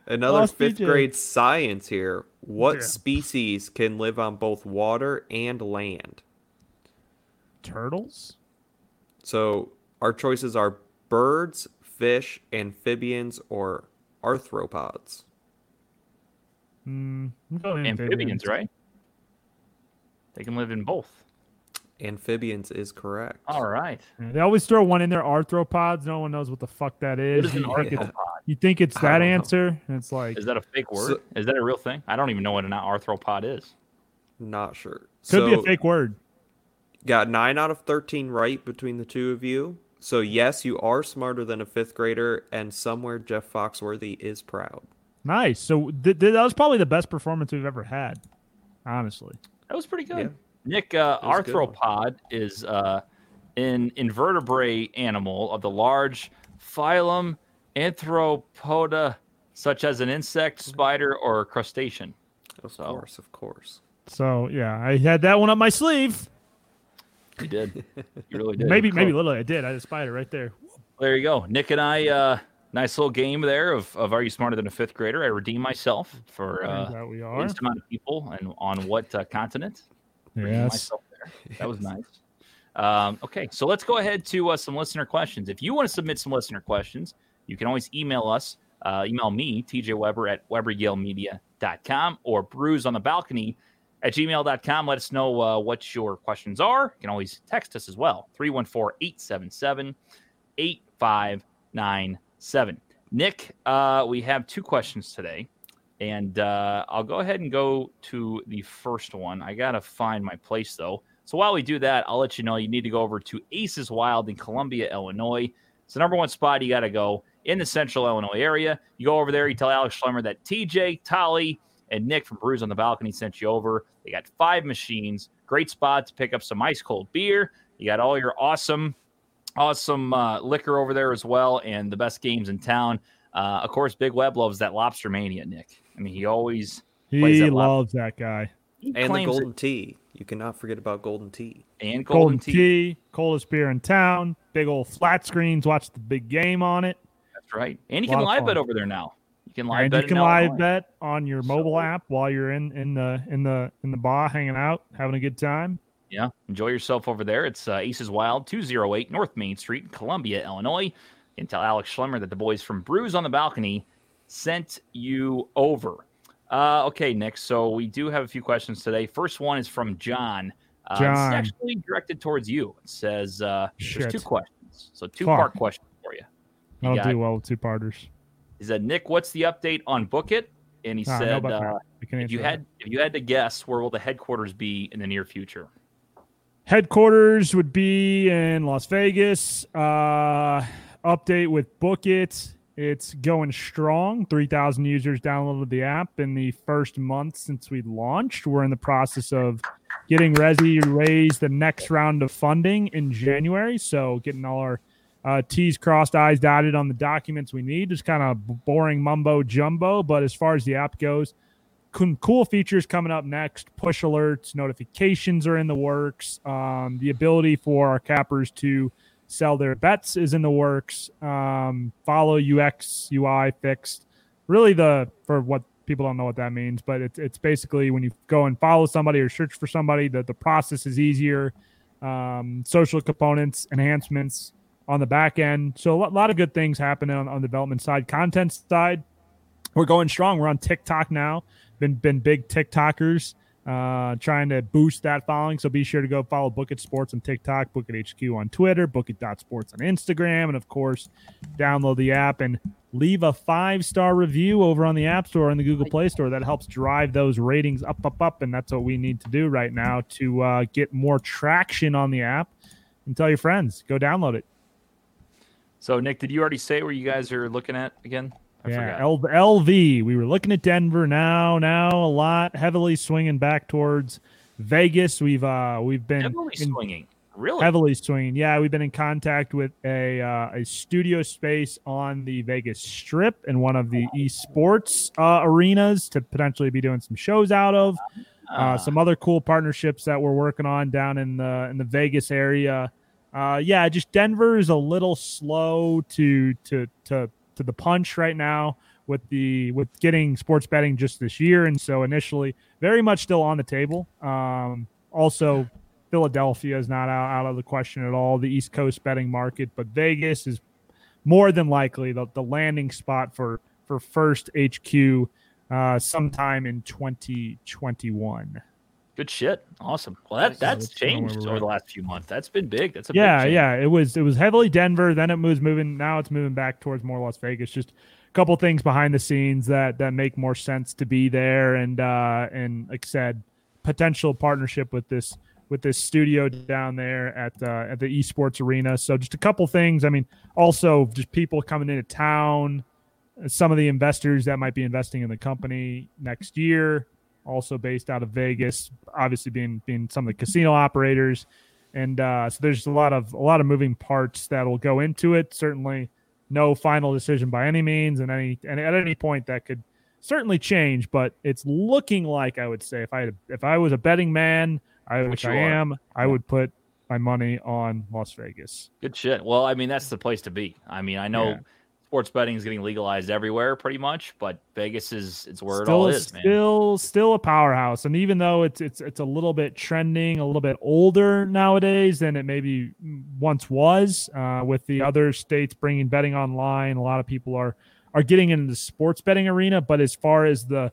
Speaker 6: Another
Speaker 5: Lost
Speaker 6: fifth
Speaker 5: DJ.
Speaker 6: grade science here. What
Speaker 5: Yeah.
Speaker 6: species can live on both water and land?
Speaker 5: Turtles.
Speaker 6: So our choices are birds, fish, amphibians, or arthropods.
Speaker 5: Mm, I'm going
Speaker 4: amphibians, right? They can live in both.
Speaker 6: Amphibians is correct.
Speaker 4: All right.
Speaker 5: Yeah, They always throw one in there. Arthropods. No one knows what the fuck that
Speaker 4: What
Speaker 5: is.
Speaker 4: is an
Speaker 5: you, think
Speaker 4: arthropod?
Speaker 5: it's, you think it's
Speaker 6: I
Speaker 5: that
Speaker 6: don't know.
Speaker 5: answer, and it's like
Speaker 4: Is that a fake word?
Speaker 6: So-
Speaker 4: is that a real thing? I don't even know what an arthropod is.
Speaker 6: Not sure.
Speaker 5: could be a
Speaker 6: So,
Speaker 5: fake word.
Speaker 6: Got nine out of 13 right between the two of you. So, yes, you are smarter than a fifth grader, and somewhere Jeff Foxworthy is proud.
Speaker 5: Nice. So th- th- that was probably the best performance we've ever had, honestly.
Speaker 4: That was pretty good.
Speaker 6: Yeah.
Speaker 4: Nick, uh,
Speaker 6: That was a good one.
Speaker 4: arthropod is uh, an invertebrate animal of the large phylum Anthropoda, such as an insect, spider, or crustacean.
Speaker 6: Of
Speaker 4: So-
Speaker 6: course, of course.
Speaker 5: So yeah, I had that one up my sleeve.
Speaker 4: You did. You really did.
Speaker 5: maybe,
Speaker 4: Cool.
Speaker 5: maybe literally I did. I had a spider right there.
Speaker 4: There you go. Nick and I, uh, nice little game there of, of Are You Smarter Than a Fifth Grader? I redeem myself for
Speaker 5: Turns
Speaker 4: uh,
Speaker 5: out we are.
Speaker 4: least amount of people and on what uh, continent. redeem
Speaker 5: Yes.
Speaker 4: myself there. That was nice. Um, okay, so let's go ahead to uh, some listener questions. If you want to submit some listener questions, you can always email us, uh, email me, TJ Weber at WeberYaleMedia.com or brews on the balcony at gmail.com. Let us know uh, what your questions are. You can always text us as well, 314 877 8597. Nick, uh, we have two questions today. And uh, I'll go ahead and go to the first one. I got to find my place, though. So while we do that, I'll let you know you need to go over to Aces Wild in Columbia, Illinois. It's the number one spot you got to go in the central Illinois area. You go over there, you tell Alex Schlemmer that TJ, Tolly, and Nick from Brews on the Balcony sent you over. They got five machines, great spot to pick up some ice cold beer. You got all your awesome, awesome uh, liquor over there as well, and the best games in town. Uh, of course, Big Web loves that Lobster Mania, Nick. I mean, he always Plays
Speaker 5: He
Speaker 4: that lot.
Speaker 5: loves that guy.
Speaker 4: he
Speaker 6: And the
Speaker 4: claims
Speaker 6: golden tea. You cannot forget about golden tea.
Speaker 4: it, and golden
Speaker 5: Golden,
Speaker 4: tea.
Speaker 5: tea, coldest beer in town. Big old flat screens. Watch the big game on it.
Speaker 4: That's right. And you
Speaker 5: Lot
Speaker 4: can
Speaker 5: of
Speaker 4: live
Speaker 5: fun.
Speaker 4: bet over there now. You can live
Speaker 5: and
Speaker 4: bet.
Speaker 5: you can
Speaker 4: in
Speaker 5: live
Speaker 4: Illinois.
Speaker 5: bet on your mobile
Speaker 4: So-
Speaker 5: app while you're in in the in the in the bar, hanging out, having a good time.
Speaker 4: Yeah, enjoy yourself over there. It's uh, Aces Wild, 208 North Main Street, in Columbia, Illinois. And tell Alex Schlemmer that the boys from Brews on the Balcony sent you over. Uh, okay, Nick. So we do have a few questions today. First one is from John. Uh, this is
Speaker 5: John.
Speaker 4: actually directed towards you. It says uh,
Speaker 5: Shit.
Speaker 4: there's two questions. So two part
Speaker 5: Fuck.
Speaker 4: question for you. You
Speaker 5: That'll
Speaker 4: got-
Speaker 5: do well with two parters.
Speaker 4: He said, "Nick, what's the update on Book It?" And he
Speaker 5: Ah, I know
Speaker 4: said,
Speaker 5: about
Speaker 4: uh,
Speaker 5: that. I can
Speaker 4: "If you
Speaker 5: answer that.
Speaker 4: had if you had to guess, where will the headquarters be in the near future?"
Speaker 5: headquarters would be in Las Vegas. Uh, update with Book It. It's going strong. 3,000 users downloaded the app in the first month since we launched. We're in the process of getting Resi raised the next round of funding in January. So, getting all our uh, T's crossed, I's dotted on the documents we need. Just kind of boring mumbo jumbo. But as far as the app goes, cool, cool features coming up next. Push alerts, notifications are in the works. Um, the ability for our cappers to sell their bets is in the works. Um, follow UX UI fixed. Really, the for what people don't know what that means, but it's it's basically when you go and follow somebody or search for somebody, that the process is easier. Um, social components, enhancements on the back end. So a lot, lot of good things happening on, on the development side, content side. We're going strong. We're on TikTok now been been big TikTokers. uh, trying to boost that following. So be sure to go follow Book It Sports on TikTok, Book It HQ on Twitter, Book It dot Sports on Instagram, and of course, download the app and leave a five star review over on the App Store and the Google Play Store. That helps drive those ratings up, up, up, and that's what we need to do right now to uh, get more traction on the app. And tell your friends, go download it.
Speaker 4: So, Nick, did you already say where you guys are looking at again? I
Speaker 5: yeah,
Speaker 4: forgot.
Speaker 5: L- LV. We were looking at Denver now. Now a lot heavily swinging back towards Vegas. We've uh we've been
Speaker 4: Heavily
Speaker 5: in-
Speaker 4: swinging. Really?
Speaker 5: heavily swinging. Yeah, we've been in contact with a uh, a studio space on the Vegas Strip in one of the
Speaker 4: Oh,
Speaker 5: esports uh, arenas to potentially be doing some shows out of. Uh,
Speaker 4: Ah.
Speaker 5: some other cool partnerships that we're working on down in the in the Vegas area. Uh, yeah, just Denver is a little slow to to to to the punch right now with the with getting sports betting just this year, and so initially very much still on the table. Um, also, Philadelphia is not out, out of the question at all. The East Coast betting market, but Vegas is more than likely the, the landing spot for for first HQ uh, sometime in 2021.
Speaker 4: Good shit. Awesome. Well, that,
Speaker 5: So
Speaker 4: that's
Speaker 5: that's kinda where
Speaker 4: changed
Speaker 5: we're
Speaker 4: over
Speaker 5: at.
Speaker 4: the last few months. That's been big. That's a
Speaker 5: Yeah,
Speaker 4: big change.
Speaker 5: yeah. It was it was heavily Denver. Then it moves moving. Now it's moving back towards more Las Vegas. Just a couple things behind the scenes that that make more sense to be there. And uh, and like I said, potential partnership with this with this studio down there at uh, at the esports arena. So just a couple things. I mean, also just people coming into town. Some of the investors that might be investing in the company next year, also based out of Vegas, obviously being being some of the casino operators and uh, so there's a lot of a lot of moving parts that'll go into it. Certainly, no final decision by any means, and any and at any point that could certainly change. But it's looking like I would say if I had, if I was a betting man, I
Speaker 4: Which
Speaker 5: which
Speaker 4: you
Speaker 5: I
Speaker 4: are.
Speaker 5: am, I would put my money on Las Vegas.
Speaker 4: Good shit. Well, I mean, that's the place to be. I mean, I know
Speaker 5: Yeah.
Speaker 4: sports betting is getting legalized everywhere pretty much, but Vegas is it's where
Speaker 5: still,
Speaker 4: it all is, man.
Speaker 5: still, still a powerhouse. And even though it's it's it's a little bit trending, a little bit older nowadays than it maybe once was, uh, with the other states bringing betting online, a lot of people are are getting into the sports betting arena. But as far as the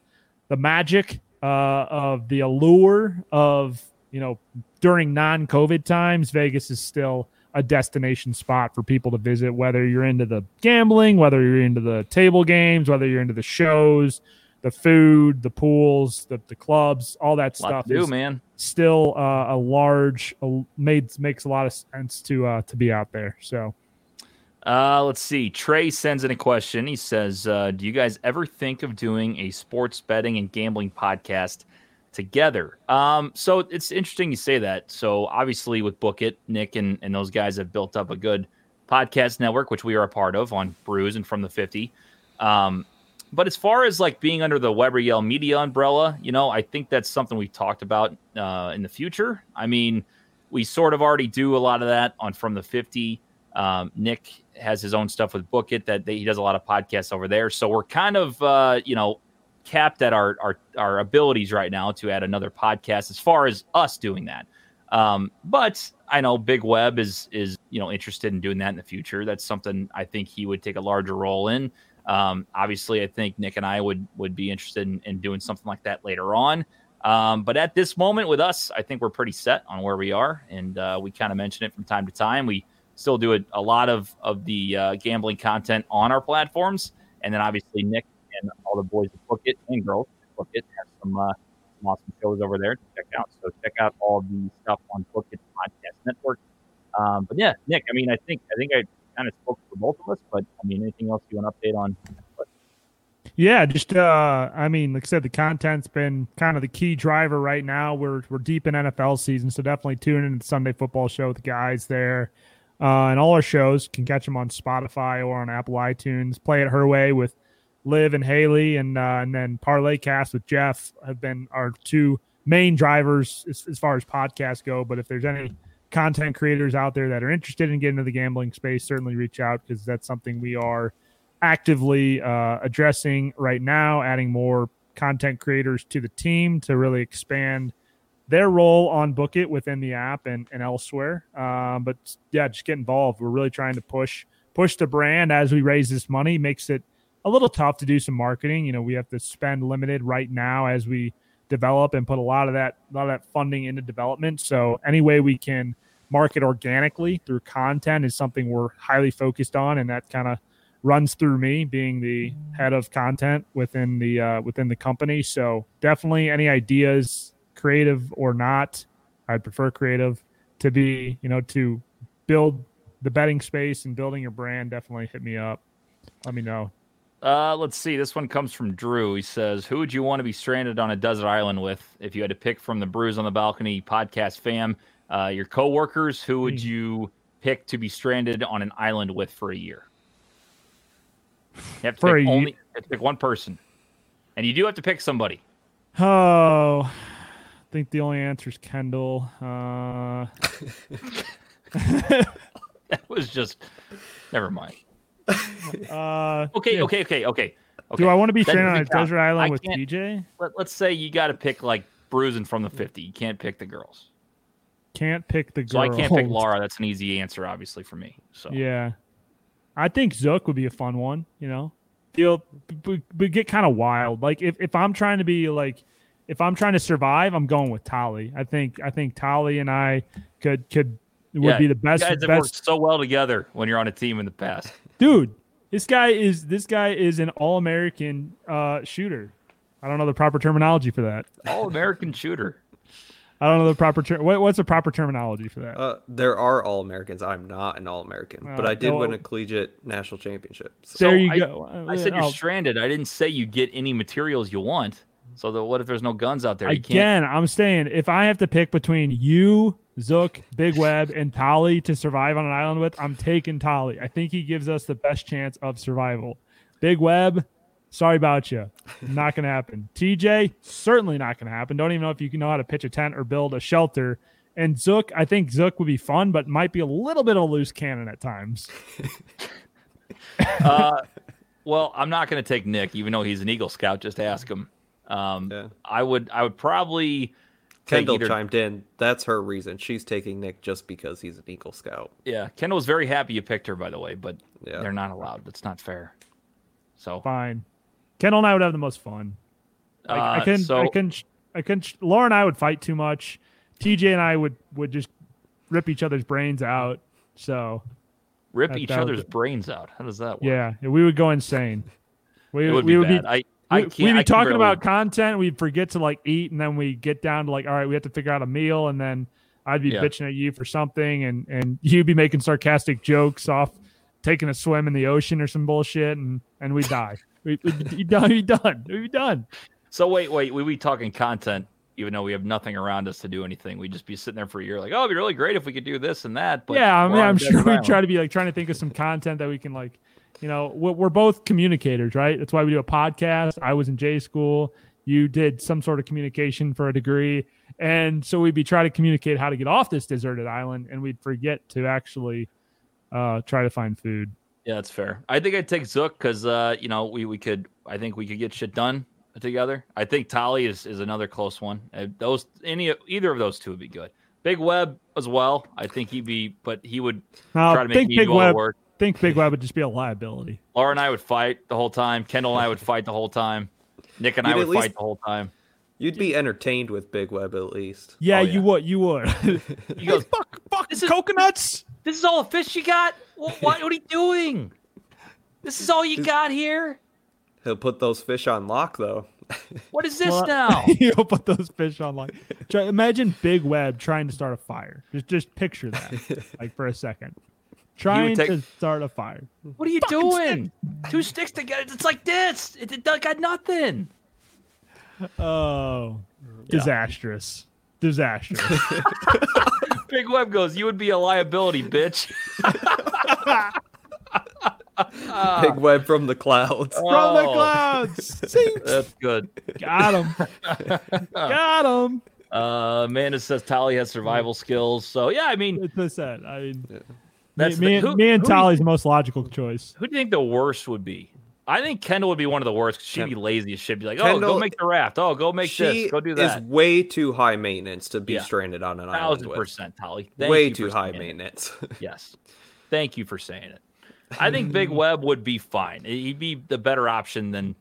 Speaker 5: the magic uh, of the allure of you know during non-COVID times, Vegas is still a destination spot for people to visit. Whether you're into the gambling, whether you're into the table games, whether you're into the shows, the food, the pools, the, the clubs, all that
Speaker 4: A lot
Speaker 5: stuff
Speaker 4: to do,
Speaker 5: is
Speaker 4: man.
Speaker 5: still uh, a large a, made makes a lot of sense to uh, to be out there. So
Speaker 4: Uh, let's see. Trey sends in a question. He says, uh, "Do you guys ever think of doing a sports betting and gambling podcast together?" Um, so it's interesting you say that. So obviously, with Book It, Nick and and those guys have built up a good podcast network, which we are a part of on Brews and From the Fifty. Um, but as far as like being under the Weber Yell Media umbrella, you know, I think that's something we've talked about uh, in the future. I mean, we sort of already do a lot of that on From the Fifty. Um, Nick has his own stuff with Book It that they, he does a lot of podcasts over there. So we're kind of uh, you know capped at our, our our abilities right now to add another podcast as far as us doing that. Um, but I know Big Web is is you know interested in doing that in the future. That's something I think he would take a larger role in. Um, obviously, I think Nick and I would would be interested in, in doing something like that later on. Um, but at this moment with us, I think we're pretty set on where we are, and uh, we kind of mention it from time to time. We still do a, a lot of of the uh, gambling content on our platforms, and then obviously Nick and all the boys at Book It and girls at Book It have some, uh, some awesome shows over there to check out. So check out all the stuff on Book It Podcast Network. Um, but yeah, Nick, I mean, I think I think I kind of spoke for both of us, but I mean, anything else you want to update on?
Speaker 5: Yeah, just uh I mean, like I said, the content's been kind of the key driver right now. We're we're deep in NFL season, so definitely tune in to the Sunday football show with the guys there. Uh and all our shows you can catch them on Spotify or on Apple iTunes. Play it her way with Liv and Haley and uh, and then Parlay Cast with Jeff have been our two main drivers as, as far as podcasts go. But if there's any content creators out there that are interested in getting into the gambling space, certainly reach out because that's something we are actively uh, addressing right now, adding more content creators to the team to really expand their role on Book It within the app and, and elsewhere. Um, but yeah, just get involved. We're really trying to push push the brand as we raise this money. Makes it a little tough to do some marketing. You know, we have to spend limited right now as we develop and put a lot of that a lot of that funding into development. So any way we can market organically through content is something we're highly focused on, and that kind of runs through me being the head of content within the uh, within the company. So definitely any ideas, creative or not, I prefer creative to be you know to build the betting space and building your brand. Definitely hit me up. Let me know.
Speaker 4: Uh, let's see. This one comes from Drew. He says, "Who would you want to be stranded on a desert island with if you had to pick from the Brews on the Balcony podcast fam? Uh, your coworkers. Who would
Speaker 5: Hmm.
Speaker 4: you pick to be stranded on an island with for a year? You have to
Speaker 5: For a
Speaker 4: pick
Speaker 5: ye-
Speaker 4: only you have to pick one person, and you do have to pick somebody.
Speaker 5: Oh, I think the only answer is Kendall. Uh,
Speaker 4: That was just never mind.
Speaker 5: uh,
Speaker 4: Okay,
Speaker 5: Yeah.
Speaker 4: okay, okay, okay. Okay.
Speaker 5: do I want to be
Speaker 4: That
Speaker 5: stranded on a
Speaker 4: doesn't count.
Speaker 5: desert island
Speaker 4: I
Speaker 5: with
Speaker 4: can't-
Speaker 5: DJ?
Speaker 4: Let, let's say you got to pick like bruising from the fifty. You can't pick the girls,
Speaker 5: Can't pick the girl.
Speaker 4: so I can't pick Laura. That's an easy answer, obviously for me. So
Speaker 5: Yeah, I think Zook would be a fun one. You know, feel but, but get kind of wild. Like if, if I'm trying to be like, if I'm trying to survive, I'm going with Tali. I think I think Tali and I could could would
Speaker 4: Yeah,
Speaker 5: be the best
Speaker 4: you guys have
Speaker 5: best
Speaker 4: worked so well together when you're on a team in the past.
Speaker 5: dude. This guy is this guy is an all American uh, shooter. I don't know the proper terminology for that.
Speaker 4: All American shooter.
Speaker 5: I don't know the proper term. What, what's the proper terminology for that?
Speaker 6: Uh, there are all Americans. I'm not an all American, but
Speaker 5: Uh,
Speaker 6: I did
Speaker 5: no,
Speaker 6: win
Speaker 5: uh,
Speaker 6: a collegiate national championship. So
Speaker 5: there you
Speaker 4: I-
Speaker 5: go. Uh,
Speaker 4: I said you're
Speaker 5: oh,
Speaker 4: stranded. I didn't say you get any materials you want. So that what if there's no guns out there? You can't.
Speaker 5: again. I'm saying if I have to pick between you, Zook, Big Web, and Tali to survive on an island with, I'm taking Tali. I think he gives us the best chance of survival. Big Web, sorry about you. Not gonna happen. TJ, certainly not gonna happen. Don't even know if you can know how to pitch a tent or build a shelter. And Zook, I think Zook would be fun, but might be a little bit of a loose cannon at times.
Speaker 4: Uh, well, I'm not going to take Nick, even though he's an Eagle Scout. Just ask him. Um,
Speaker 6: Yeah.
Speaker 4: I would. I would probably. take
Speaker 6: Kendall
Speaker 4: either-
Speaker 6: chimed in. That's her reason. She's taking Nick just because he's an Eagle Scout.
Speaker 4: Yeah, Kendall was very happy you picked her, by the way, but
Speaker 6: Yeah.
Speaker 4: they're not allowed. That's not fair. So,
Speaker 5: Fine. Kendall and I would have the most fun. Like, I
Speaker 4: uh,
Speaker 5: can,
Speaker 4: so
Speaker 5: I can, I can. Laura and I would fight too much. TJ and I would would just rip each other's brains out. So
Speaker 4: rip
Speaker 5: that-
Speaker 4: each
Speaker 5: that would
Speaker 4: other's
Speaker 5: be-
Speaker 4: brains out. How does that work?
Speaker 5: yeah, we would go insane. We
Speaker 4: it would
Speaker 5: we
Speaker 4: be
Speaker 5: would
Speaker 4: bad.
Speaker 5: be.
Speaker 4: I, I
Speaker 5: we,
Speaker 4: can't.
Speaker 5: we'd
Speaker 4: I
Speaker 5: be
Speaker 4: can
Speaker 5: talking
Speaker 4: barely-
Speaker 5: about content. We'd forget to like eat, and then we get down to like, all right, we have to figure out a meal, and then I'd be
Speaker 4: Yeah.
Speaker 5: bitching at you for something, and and you'd be making sarcastic jokes off taking a swim in the ocean or some bullshit, and and we die. we, we'd be done. We'd be done. We'd be done.
Speaker 4: So wait, wait, we be talking content, even though we have nothing around us to do anything. We'd just be sitting there for a year, like, oh, it'd be really great if we could do this and that. But
Speaker 5: yeah, I
Speaker 4: we're
Speaker 5: mean,
Speaker 4: on
Speaker 5: I'm
Speaker 4: a
Speaker 5: sure
Speaker 4: desert
Speaker 5: we
Speaker 4: island.
Speaker 5: try to be like trying to think of some content that we can like, you know, we're, we're both communicators, right? That's why we do a podcast. I was in J school. You did some sort of communication for a degree, and so we'd be trying to communicate how to get off this deserted island, and we'd forget to actually uh, try to find food.
Speaker 4: Yeah, that's fair. I think I'd take Zook because uh, you know we we could. I think we could get shit done together. I think Tali is is another close one. Uh, those any either of those two would be good. Big Web as well. I think he'd be, but he would try
Speaker 5: Now,
Speaker 4: to make
Speaker 5: think
Speaker 4: me
Speaker 5: Uh, big
Speaker 4: do all the
Speaker 5: web.
Speaker 4: work.
Speaker 5: Think big web would just be a liability.
Speaker 4: Laura and I would fight the whole time. Kendall and I would fight the whole time. Nick and I
Speaker 6: You'd
Speaker 4: would
Speaker 6: at least-
Speaker 4: fight the whole time.
Speaker 6: You'd be entertained with Big Web at least.
Speaker 5: Yeah,
Speaker 4: Oh, yeah.
Speaker 5: you would. You would.
Speaker 4: He goes,
Speaker 5: fuck, fuck,
Speaker 4: This is-
Speaker 5: coconuts.
Speaker 4: This is all the fish you got? What, what, what are you doing? This is all you got here?
Speaker 6: He'll put those fish on lock though.
Speaker 4: What is this
Speaker 5: Well,
Speaker 4: now?
Speaker 5: You'll put those fish on like. Try, imagine Big Web trying to start a fire. Just just picture that, like for a second, trying
Speaker 4: take-
Speaker 5: to start a fire.
Speaker 4: What are you doing? Two sticks together. It's like this. It, it got nothing.
Speaker 5: Oh, disastrous, disastrous.
Speaker 4: Big Web goes, You would be a liability, bitch.
Speaker 6: Big Web from the clouds.
Speaker 5: From the
Speaker 4: Ah. Oh,
Speaker 5: clouds, Zing.
Speaker 4: That's good.
Speaker 5: got him, got him.
Speaker 4: Uh, Amanda says Tali has survival skills. So, yeah, I mean,
Speaker 5: It's the set. I mean,
Speaker 4: that's
Speaker 5: me,
Speaker 4: the, who,
Speaker 5: me, me and
Speaker 4: who do you-
Speaker 5: Tali's most logical choice.
Speaker 4: Who do you think the worst would be? I think Kendall would be one of the worst. 'cause She'd be lazy as shit. Be like, oh, go
Speaker 6: Kendall-
Speaker 4: make the raft. Oh, go make
Speaker 6: she
Speaker 4: this. Go do
Speaker 6: is
Speaker 4: that.
Speaker 6: way too high maintenance to be
Speaker 4: Yeah.
Speaker 6: stranded on an island
Speaker 4: Thousand
Speaker 6: with.
Speaker 4: percent, Tolly. Thank
Speaker 6: Way
Speaker 4: you
Speaker 6: too
Speaker 4: for
Speaker 6: high
Speaker 4: saying it.
Speaker 6: maintenance.
Speaker 4: Yes. Thank you for saying it. I think Big Web would be fine. He'd be the better option than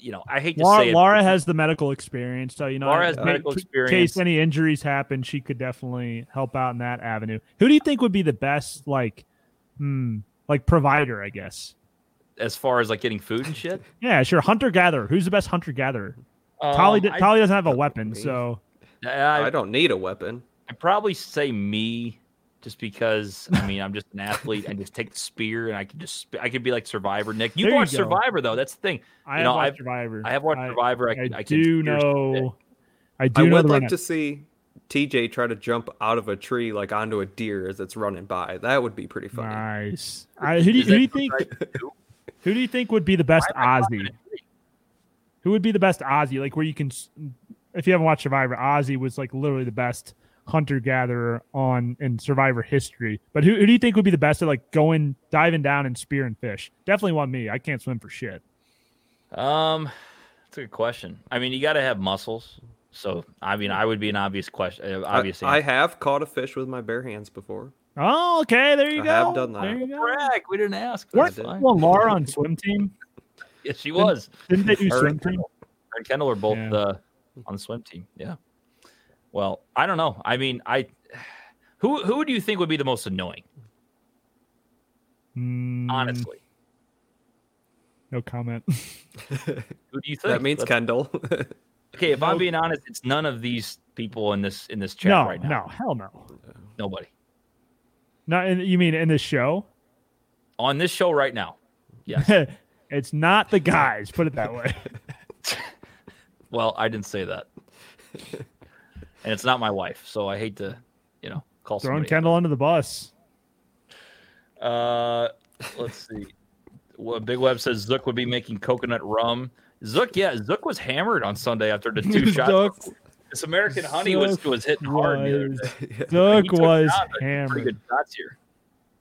Speaker 4: you know, I hate to say
Speaker 5: Laura,
Speaker 4: it.
Speaker 5: Laura has the medical experience, so you know,
Speaker 4: Laura has
Speaker 5: in
Speaker 4: medical
Speaker 5: ca-
Speaker 4: experience.
Speaker 5: case any injuries happen, she could definitely help out in that avenue. Who do you think would be the best, like, hmm, like provider? I guess.
Speaker 4: as far as like getting food and shit.
Speaker 5: Yeah, sure. Hunter gatherer. Who's the best hunter gatherer?
Speaker 4: Um,
Speaker 5: Tolly, d-
Speaker 4: I-
Speaker 5: Tolly doesn't have a weapon, so
Speaker 4: I,
Speaker 6: I don't need a weapon.
Speaker 4: I'd probably say me, just because I mean I'm just an athlete and just take the spear and I could just I could be like Survivor. Nick, you
Speaker 5: There you
Speaker 4: watched
Speaker 5: go.
Speaker 4: Survivor though. That's the thing.
Speaker 5: I
Speaker 4: You
Speaker 5: have
Speaker 4: know,
Speaker 5: watched
Speaker 4: I've-
Speaker 5: Survivor.
Speaker 4: I have watched Survivor. I,
Speaker 5: I,
Speaker 4: can- I can
Speaker 5: do
Speaker 4: spear shit.
Speaker 5: know. I do
Speaker 6: I
Speaker 5: know
Speaker 6: would
Speaker 5: the
Speaker 6: like
Speaker 5: run-
Speaker 6: to see TJ try to jump out of a tree like onto a deer as it's running by. That would be pretty funny.
Speaker 5: Nice. I, who do you,
Speaker 4: Is
Speaker 5: who do you
Speaker 4: that
Speaker 5: think?
Speaker 4: Survivor two?
Speaker 5: Who do you think would be the best
Speaker 4: Why am I
Speaker 5: Aussie? Who would be the best Aussie? Like where you can, s- if you haven't watched Survivor, Aussie was like literally the best hunter gatherer on in Survivor history. But who, who do you think would be the best at like going diving down and spearing fish? Definitely one me. I can't swim for shit.
Speaker 4: Um, that's a good question. I mean, you got to have muscles. So I mean, I would be an obvious question. uh,
Speaker 6: I-
Speaker 4: Obvious
Speaker 6: I,
Speaker 4: answer.
Speaker 6: have caught a fish with my bare hands before.
Speaker 5: Oh, okay. There you
Speaker 6: I
Speaker 5: go.
Speaker 6: have done that.
Speaker 5: There you go.
Speaker 4: Correct. We didn't ask. but
Speaker 5: Weren't
Speaker 4: it's fine.
Speaker 5: well, Laura on swim team?
Speaker 4: Yeah, she was.
Speaker 5: Didn't they do
Speaker 4: Her
Speaker 5: swim
Speaker 4: and
Speaker 5: team?
Speaker 4: Kendall, her and Kendall are both
Speaker 5: Yeah.
Speaker 4: uh, on the swim team. Yeah. Well, I don't know. I mean, I who who do you think would be the most annoying?
Speaker 5: Mm,
Speaker 4: Honestly,
Speaker 5: no comment.
Speaker 4: who do you think?
Speaker 6: That means
Speaker 4: Let's-
Speaker 6: Kendall.
Speaker 4: okay. If
Speaker 5: no-
Speaker 4: I'm being honest, it's none of these people in this in this chat
Speaker 5: no,
Speaker 4: right now.
Speaker 5: no, hell no.
Speaker 4: Nobody
Speaker 5: Not in, you mean in this show?
Speaker 4: on this show right now. Yes.
Speaker 5: it's not the guys. Put it that way.
Speaker 4: Well, I didn't say that. and it's not my wife, so I hate to, you know, call
Speaker 5: Throwing
Speaker 4: somebody.
Speaker 5: Kendall under the bus.
Speaker 4: Uh, let's see. What Big Web says Zook would be making coconut rum. Zook, yeah, Zook was hammered on Sunday after the two shots.
Speaker 5: Zook
Speaker 4: This American honey was
Speaker 5: Zook
Speaker 4: was hitting hard the other
Speaker 5: was-
Speaker 4: day.
Speaker 5: Zook
Speaker 4: He took
Speaker 5: was
Speaker 4: shots, but Pretty
Speaker 5: hammered.
Speaker 4: good shots here.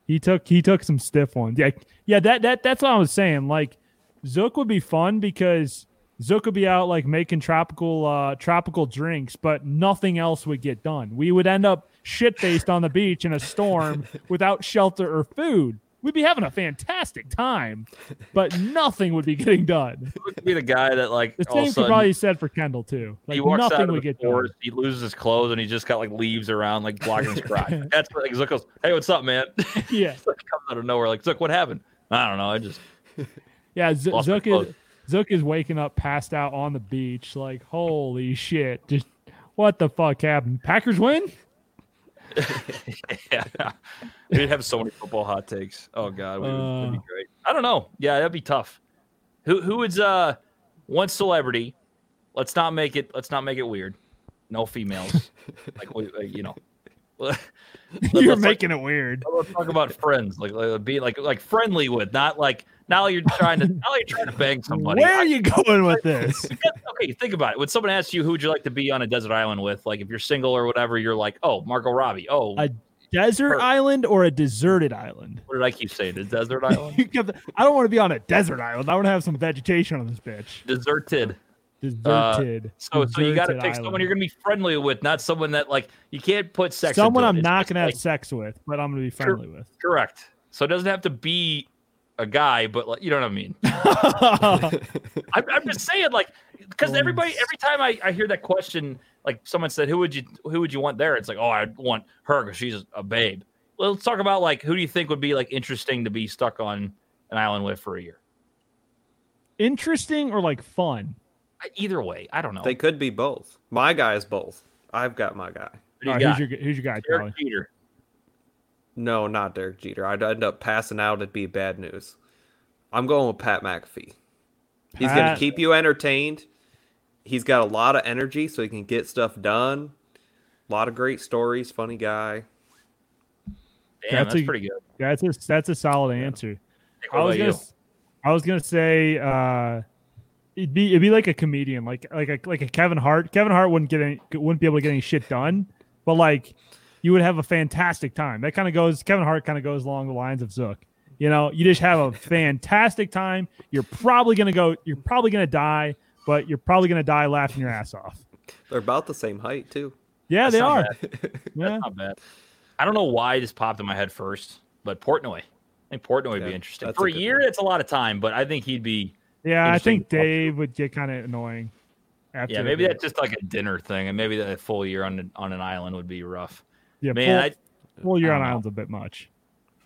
Speaker 5: He took he took some stiff ones. Yeah, yeah. That that that's what I was saying. Like Zook would be fun because Zook would be out like making tropical uh tropical drinks, but nothing else would get done. We would end up shit faced on the beach in a storm without shelter or food. We'd be having a fantastic time, but nothing would be getting done.
Speaker 4: Zook would be the guy that like
Speaker 5: The
Speaker 4: all of a
Speaker 5: same could
Speaker 4: sudden
Speaker 5: probably be said for Kendall too. Like
Speaker 4: he walks
Speaker 5: nothing
Speaker 4: out of
Speaker 5: would
Speaker 4: the
Speaker 5: get
Speaker 4: forest, he loses his clothes, and he just got like leaves around, like blocking his garage. That's what like Zook goes, "Hey, what's up, man?"
Speaker 5: done. Yeah.
Speaker 4: It's like comes out of nowhere. Like, Zook, what happened? I don't know. I just
Speaker 5: Yeah, Z-
Speaker 4: Lost my
Speaker 5: Zook
Speaker 4: clothes.
Speaker 5: is Zook is waking up, passed out on the beach. Like, holy shit! Just what the fuck happened? Packers win?
Speaker 4: yeah. We'd have so many football hot takes. Oh god, we would, that'd be
Speaker 5: Uh.
Speaker 4: great. I don't know. Yeah, that'd be tough. Who who is uh one celebrity? Let's not make it. Let's not make it weird. No females. like we, like, you know. Let-
Speaker 5: You're
Speaker 4: let's, like,
Speaker 5: making it weird.
Speaker 4: let's talk about friends. Like, like be like like friendly with, not like not like you're trying to not like you're trying to bang somebody.
Speaker 5: Where
Speaker 4: I-
Speaker 5: are you going with this?
Speaker 4: yeah, okay, think about it. When someone asks you who would you like to be on a desert island with, like if you're single or whatever, you're like, oh, Margot Robbie. Oh,
Speaker 5: I- Desert
Speaker 4: Her.
Speaker 5: island or a deserted island?
Speaker 4: what did I keep saying? A desert island.
Speaker 5: You got the- I don't want to be on a desert island. I want to have some vegetation on this bitch.
Speaker 4: deserted.
Speaker 5: Deserted.
Speaker 4: Uh, So, so you got to
Speaker 5: deserted
Speaker 4: pick someone
Speaker 5: island.
Speaker 4: you're going to be friendly with, not someone that like you can't put sex.
Speaker 5: someone
Speaker 4: into it.
Speaker 5: I'm
Speaker 4: It's
Speaker 5: not
Speaker 4: just
Speaker 5: gonna have
Speaker 4: like-
Speaker 5: sex with, but I'm gonna be
Speaker 4: Sure.
Speaker 5: friendly with.
Speaker 4: correct. So it doesn't have to be a guy, but like you know what I mean. I'm, I'm just saying, like, because
Speaker 5: Holy
Speaker 4: everybody, every time I, I hear that question, like someone said, who would you who would you want there? It's like, oh, I'd want her because she's a babe. Well, let's talk about like who do you think would be like interesting to be stuck on an island with for a year?
Speaker 5: Interesting or like fun?
Speaker 4: I- Either way, I don't know.
Speaker 6: they could be both. My guy is both. I've got my guy.
Speaker 4: Who do you
Speaker 5: All right,
Speaker 4: got?
Speaker 5: who's your who's your guy,
Speaker 4: Derek
Speaker 5: Charlie?
Speaker 4: Jeter.
Speaker 6: No, not Derek Jeter. I'd end up passing out. It'd be bad news. I'm going with Pat McAfee. He's going
Speaker 5: Pat-
Speaker 6: to keep you entertained. He's got a lot of energy, so he can get stuff done. A lot of great stories. Funny guy.
Speaker 4: Damn,
Speaker 5: That's
Speaker 4: that's,
Speaker 5: a-
Speaker 4: pretty good.
Speaker 5: That's a that's a solid answer.
Speaker 4: Nick,
Speaker 5: I
Speaker 4: what
Speaker 5: was
Speaker 4: about
Speaker 5: gonna,
Speaker 4: you?
Speaker 5: s- I was gonna say uh, it'd be it'd be like a comedian, like like a like a Kevin Hart. Kevin Hart wouldn't get any wouldn't be able to get any shit done, but like you would have a fantastic time. That kind of goes. Kevin Hart kind of goes along the lines of Zook. You know, you just have a fantastic time. You're probably gonna go. You're probably gonna die, but you're probably gonna die laughing your ass off.
Speaker 6: They're about the same height too.
Speaker 5: Yeah,
Speaker 4: That's
Speaker 5: they
Speaker 4: not
Speaker 5: are.
Speaker 4: bad.
Speaker 5: Yeah.
Speaker 4: Not bad. I don't know why this popped in my head first, but Portnoy. I think Portnoy would
Speaker 6: Yeah,
Speaker 4: be interesting
Speaker 6: that's
Speaker 4: for
Speaker 6: a
Speaker 4: a
Speaker 6: good
Speaker 4: year.
Speaker 6: one.
Speaker 4: It's a lot of time, but I think he'd be
Speaker 5: Yeah, I
Speaker 4: Interesting
Speaker 5: think
Speaker 4: to talk to.
Speaker 5: Dave would get kind of annoying. After
Speaker 4: Yeah, maybe that's just like a dinner thing, and maybe that full year on on an island would be rough.
Speaker 5: yeah,
Speaker 4: Man,
Speaker 5: full-
Speaker 4: I,
Speaker 5: Well, you're
Speaker 4: I
Speaker 5: on
Speaker 4: don't know.
Speaker 5: islands a bit much.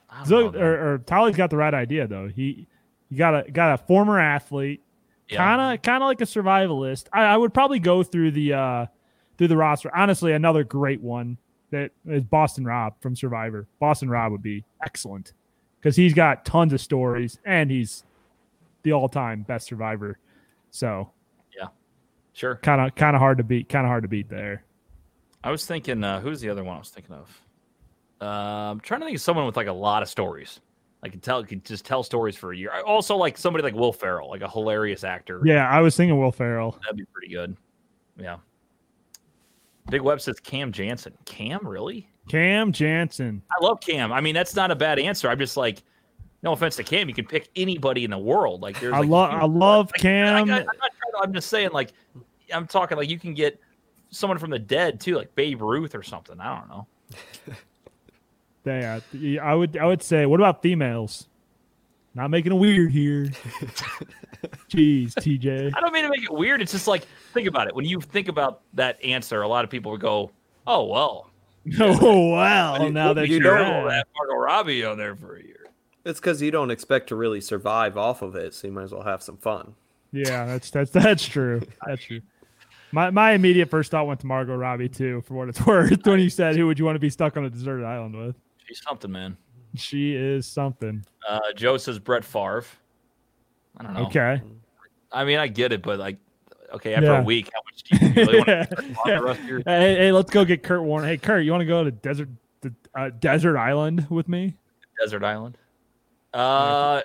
Speaker 4: I don't
Speaker 5: So,
Speaker 4: know, man.
Speaker 5: or, or Tolly's got the right idea though. He, he got a got a former athlete,
Speaker 4: Yeah.
Speaker 5: kind of kind of like a survivalist. I, I would probably go through the uh through the roster. Honestly, another great one that is Boston Rob from Survivor. Boston Rob would be excellent because he's got tons of stories and he's the all time best survivor. So
Speaker 4: sure.
Speaker 5: kind of kind of hard to beat. Kind of hard to beat there.
Speaker 4: I was thinking, uh, who's the other one I was thinking of? Uh, I'm trying to think of someone with like a lot of stories. I could tell, could just tell stories for a year. I- Also, like somebody like Will Ferrell, like a hilarious actor.
Speaker 5: Yeah, I was thinking Will Ferrell.
Speaker 4: that'd be pretty good. Yeah. Big Web says Cam Jansen. Cam, really?
Speaker 5: Cam Jansen.
Speaker 4: I love Cam. I mean, that's not a bad answer. I'm just like, no offense to Cam, you can pick anybody in the world. Like, there's
Speaker 5: I
Speaker 4: like,
Speaker 5: love
Speaker 4: huge-
Speaker 5: I love
Speaker 4: like, I,
Speaker 5: Cam.
Speaker 4: am not trying to, I'm just saying, like, I'm talking like you can get someone from the dead too, like Babe Ruth or something. I don't know.
Speaker 5: Yeah, th- I would. I would say. What about females? Not making it weird here. Jeez, TJ.
Speaker 4: I don't mean to make it weird. It's just like think about it. When you think about that answer, a lot of people would go, "Oh well."
Speaker 5: Oh wow!
Speaker 6: You-
Speaker 5: Now that
Speaker 6: you
Speaker 5: you're
Speaker 6: know
Speaker 5: at-
Speaker 4: that Margot Robbie on there for a year.
Speaker 6: It's because you don't expect to really survive off of it, so you might as well have some fun.
Speaker 5: yeah, that's that's that's true. That's true. My my immediate first thought went to Margot Robbie too, for what it's worth. When you said, "Who would you want to be stuck on a deserted island with?"
Speaker 4: She's something, man.
Speaker 5: She is something.
Speaker 4: Uh, Joe says Brett Favre. I don't know.
Speaker 5: Okay.
Speaker 4: I mean, I get it, but like, okay, after
Speaker 5: Yeah.
Speaker 4: a week, how much do you really want
Speaker 5: Yeah.
Speaker 4: to Brett Favre the rest of your-
Speaker 5: Hey, hey, let's go get Kurt Warner. Hey, Kurt, you want to go to desert the uh, desert island with me?
Speaker 4: desert island? Uh,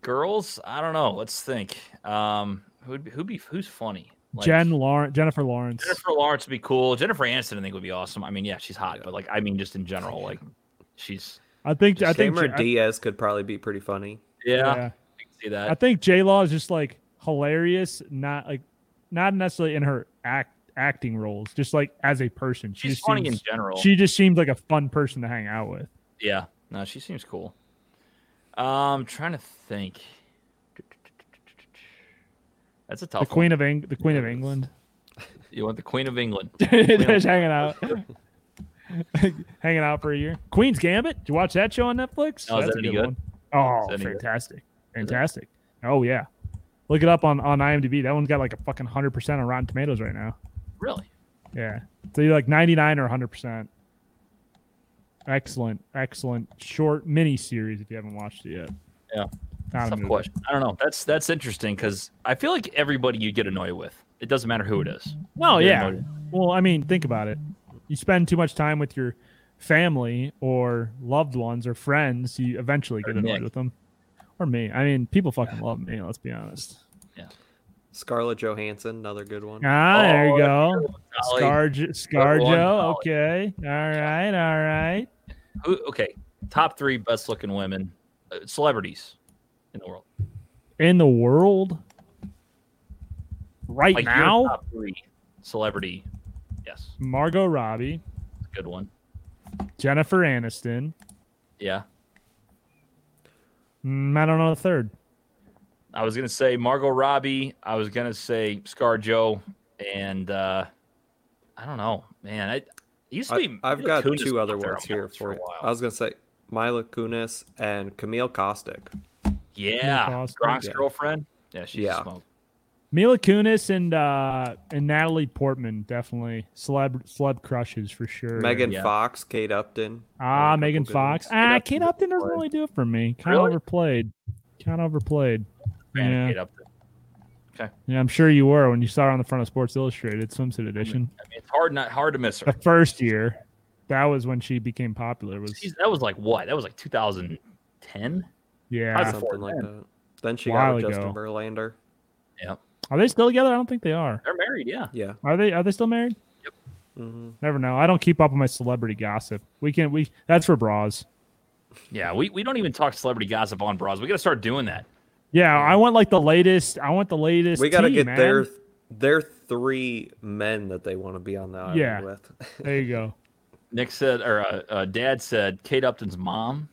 Speaker 4: girls, I don't know. Let's think. Um, who'd be, who'd be who's funny? Like,
Speaker 5: Jen Lawrence, Jennifer Lawrence.
Speaker 4: Jennifer Lawrence would be cool. Jennifer Aniston, I think, would be awesome. I mean, yeah, she's hot, but like, I mean, just in general, like, she's
Speaker 5: I think I think
Speaker 6: Cameron
Speaker 5: Jen-
Speaker 6: Diaz could probably be pretty funny.
Speaker 4: yeah.
Speaker 5: yeah.
Speaker 4: I can see that.
Speaker 5: I think J Law is just like hilarious, not like not necessarily in her act acting roles, just like as a person. She
Speaker 4: she's
Speaker 5: just
Speaker 4: funny
Speaker 5: seems,
Speaker 4: in general.
Speaker 5: She just seems like a fun person to hang out with.
Speaker 4: yeah, no, she seems cool. Um, trying to think. That's a tough
Speaker 5: The Queen of Eng- the Queen of England,
Speaker 4: one. You want the Queen of England?
Speaker 5: just hanging out, hanging out for a year. Queen's Gambit. Did you watch that show on Netflix?
Speaker 4: Oh, is that
Speaker 5: a
Speaker 4: any good?
Speaker 5: one. Oh,
Speaker 4: that any good?
Speaker 5: fantastic, fantastic. Oh yeah, look it up on on IMDb. That one's got like a fucking hundred percent on Rotten Tomatoes right now.
Speaker 4: Really?
Speaker 5: Yeah. So you're like 99 or 100%. Excellent, excellent short mini series if you haven't watched it yet.
Speaker 4: Yeah.
Speaker 5: Not a
Speaker 4: Tough
Speaker 5: movie.
Speaker 4: question. I don't know. That's that's interesting because I feel like everybody you get annoyed with. It doesn't matter who it is.
Speaker 5: Well,
Speaker 4: You get
Speaker 5: yeah.
Speaker 4: annoyed.
Speaker 5: Well, I mean, think about it. You spend too much time with your family or loved ones or friends, you eventually get
Speaker 4: Or
Speaker 5: annoyed
Speaker 4: Nick.
Speaker 5: with them. Or me. I mean, people fucking love me, let's be honest.
Speaker 6: Scarlett Johansson, another good one.
Speaker 5: Ah, there you
Speaker 4: Oh,
Speaker 5: go.
Speaker 4: Golly.
Speaker 5: Scarj-
Speaker 4: one,
Speaker 5: Scarjo.
Speaker 4: Dolly.
Speaker 5: Okay. All right. All right.
Speaker 4: Who- okay, top three best looking women, uh, celebrities in the world.
Speaker 5: In the world right
Speaker 4: Like your
Speaker 5: now,
Speaker 4: top three celebrity. Yes,
Speaker 5: Margot Robbie,
Speaker 4: that's a good one.
Speaker 5: Jennifer Aniston.
Speaker 4: Yeah,
Speaker 5: Mm, I don't know the third.
Speaker 4: I was gonna say Margot Robbie. I was gonna say Scar Joe, and uh, I don't know, man. I, it used to be.
Speaker 6: I, I've
Speaker 4: Mila
Speaker 6: got
Speaker 4: Kunis
Speaker 6: two
Speaker 4: was
Speaker 6: other
Speaker 4: up there
Speaker 6: ones
Speaker 4: on
Speaker 6: here
Speaker 4: Netflix
Speaker 6: for
Speaker 4: a
Speaker 6: you. Uh,
Speaker 4: while.
Speaker 6: I was gonna say Mila Kunis and Camille Kostick.
Speaker 4: yeah,
Speaker 5: Foster.
Speaker 4: Gronk's
Speaker 6: Yeah.
Speaker 4: girlfriend. Yeah, she's
Speaker 6: Yeah.
Speaker 4: smoked.
Speaker 5: Mila Kunis and uh, and Natalie Portman definitely celeb celeb crushes for sure.
Speaker 6: Megan
Speaker 4: Yeah.
Speaker 6: Fox, Kate Upton.
Speaker 5: ah
Speaker 6: a
Speaker 5: Megan
Speaker 6: couple good ones.
Speaker 5: Fox ah
Speaker 4: Kate
Speaker 5: Kate Upton doesn't really do it for me. Kind of
Speaker 4: Really?
Speaker 5: overplayed. Kind of overplayed.
Speaker 4: Man,
Speaker 5: Yeah.
Speaker 4: Kate Upton.
Speaker 5: Yeah, I'm sure you were when you saw her on the front of Sports Illustrated swimsuit edition.
Speaker 4: I mean, it's hard not hard to miss her.
Speaker 5: The first year, that was when she became popular. Was
Speaker 4: Jeez, that was like what? That was like 2010.
Speaker 5: yeah?
Speaker 4: Awesome.
Speaker 6: something like that. Then she
Speaker 5: While
Speaker 6: got with Justin
Speaker 5: ago.
Speaker 6: Verlander.
Speaker 5: Are they still together? I don't think they are.
Speaker 4: They're married, yeah.
Speaker 6: Yeah.
Speaker 5: Are they? Are they still married?
Speaker 6: hmm
Speaker 5: Never know. I don't keep up with my celebrity gossip. We can. We that's for bras.
Speaker 4: Yeah, we, we don't even talk celebrity gossip on bras. We got to start doing that.
Speaker 5: Yeah, I want like the latest. I want the latest.
Speaker 6: We got to
Speaker 5: tea,
Speaker 6: get
Speaker 5: man.
Speaker 6: their their three men that they want to be on the island
Speaker 5: Yeah.
Speaker 6: with.
Speaker 5: There you go.
Speaker 4: Nick said, or uh, uh, Dad said, Kate Upton's mom.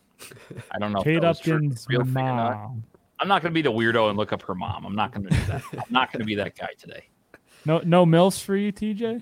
Speaker 4: I don't know. if
Speaker 5: Kate
Speaker 4: that was true-
Speaker 5: Upton's
Speaker 4: real thing or not.
Speaker 5: mom.
Speaker 4: I'm not going to be the weirdo and look up her mom. I'm not going to do that. I'm not going to be that guy today.
Speaker 5: No, no milfs for you, TJ.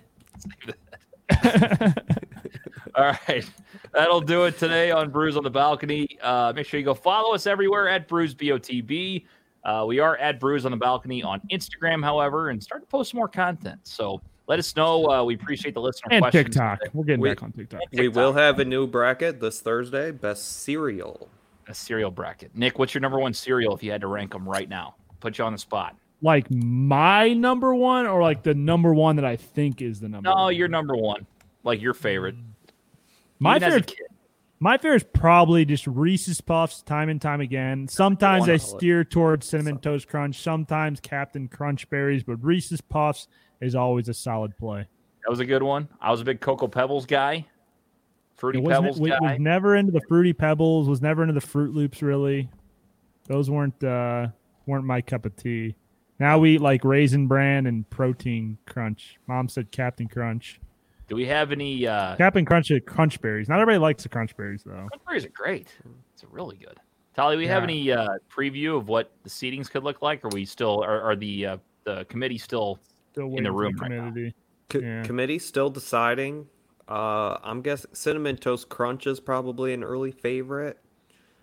Speaker 4: All right. That'll do it today on Brews on the Balcony. Uh, make sure you go follow us everywhere at Brews BOTB. Uh, we are at Brews on the Balcony on Instagram, however, and start to post some more content. So let us know. Uh, we appreciate the listener
Speaker 5: And
Speaker 4: questions.
Speaker 5: TikTok. We're getting
Speaker 6: We-
Speaker 5: back on TikTok.
Speaker 6: We will have a new bracket this Thursday. Best cereal.
Speaker 4: A cereal bracket. Nick, what's your number one cereal if you had to rank them right now? Put you on the spot.
Speaker 5: Like my number one, or like the number one that I think is the number.
Speaker 4: No,
Speaker 5: one?
Speaker 4: your number one, like your favorite.
Speaker 5: My
Speaker 4: Even as a
Speaker 5: favorite,
Speaker 4: kid.
Speaker 5: my favorite is probably just Reese's Puffs, time and time again. Sometimes
Speaker 6: One
Speaker 5: I
Speaker 6: of it.
Speaker 5: steer towards Cinnamon Toast Crunch, sometimes Captain Crunch Berries, but Reese's Puffs is always a solid play.
Speaker 4: That was a good one. I was a big Cocoa Pebbles guy, Fruity
Speaker 5: It wasn't-
Speaker 4: Pebbles
Speaker 5: we-
Speaker 4: guy.
Speaker 5: was never into the Fruity Pebbles. Was never into the Fruit Loops. Really, those weren't uh, weren't my cup of tea. Now we eat like Raisin Bran and Protein Crunch. Mom said Captain Crunch.
Speaker 4: Do we have any? Uh,
Speaker 5: Captain Crunch at Crunch Berries. Not everybody likes the Crunch Berries though.
Speaker 4: Crunch berries are great. It's really good. Tali, we have
Speaker 5: Yeah.
Speaker 4: any uh, preview of what the seatings could look like? Are we still? Are, are the uh, the committee still?
Speaker 5: Still
Speaker 4: the
Speaker 5: waiting for
Speaker 4: room right now.
Speaker 5: community.
Speaker 6: Co-
Speaker 5: Yeah.
Speaker 6: Committee still deciding. Uh, I'm guessing cinnamon toast crunch is probably an early favorite.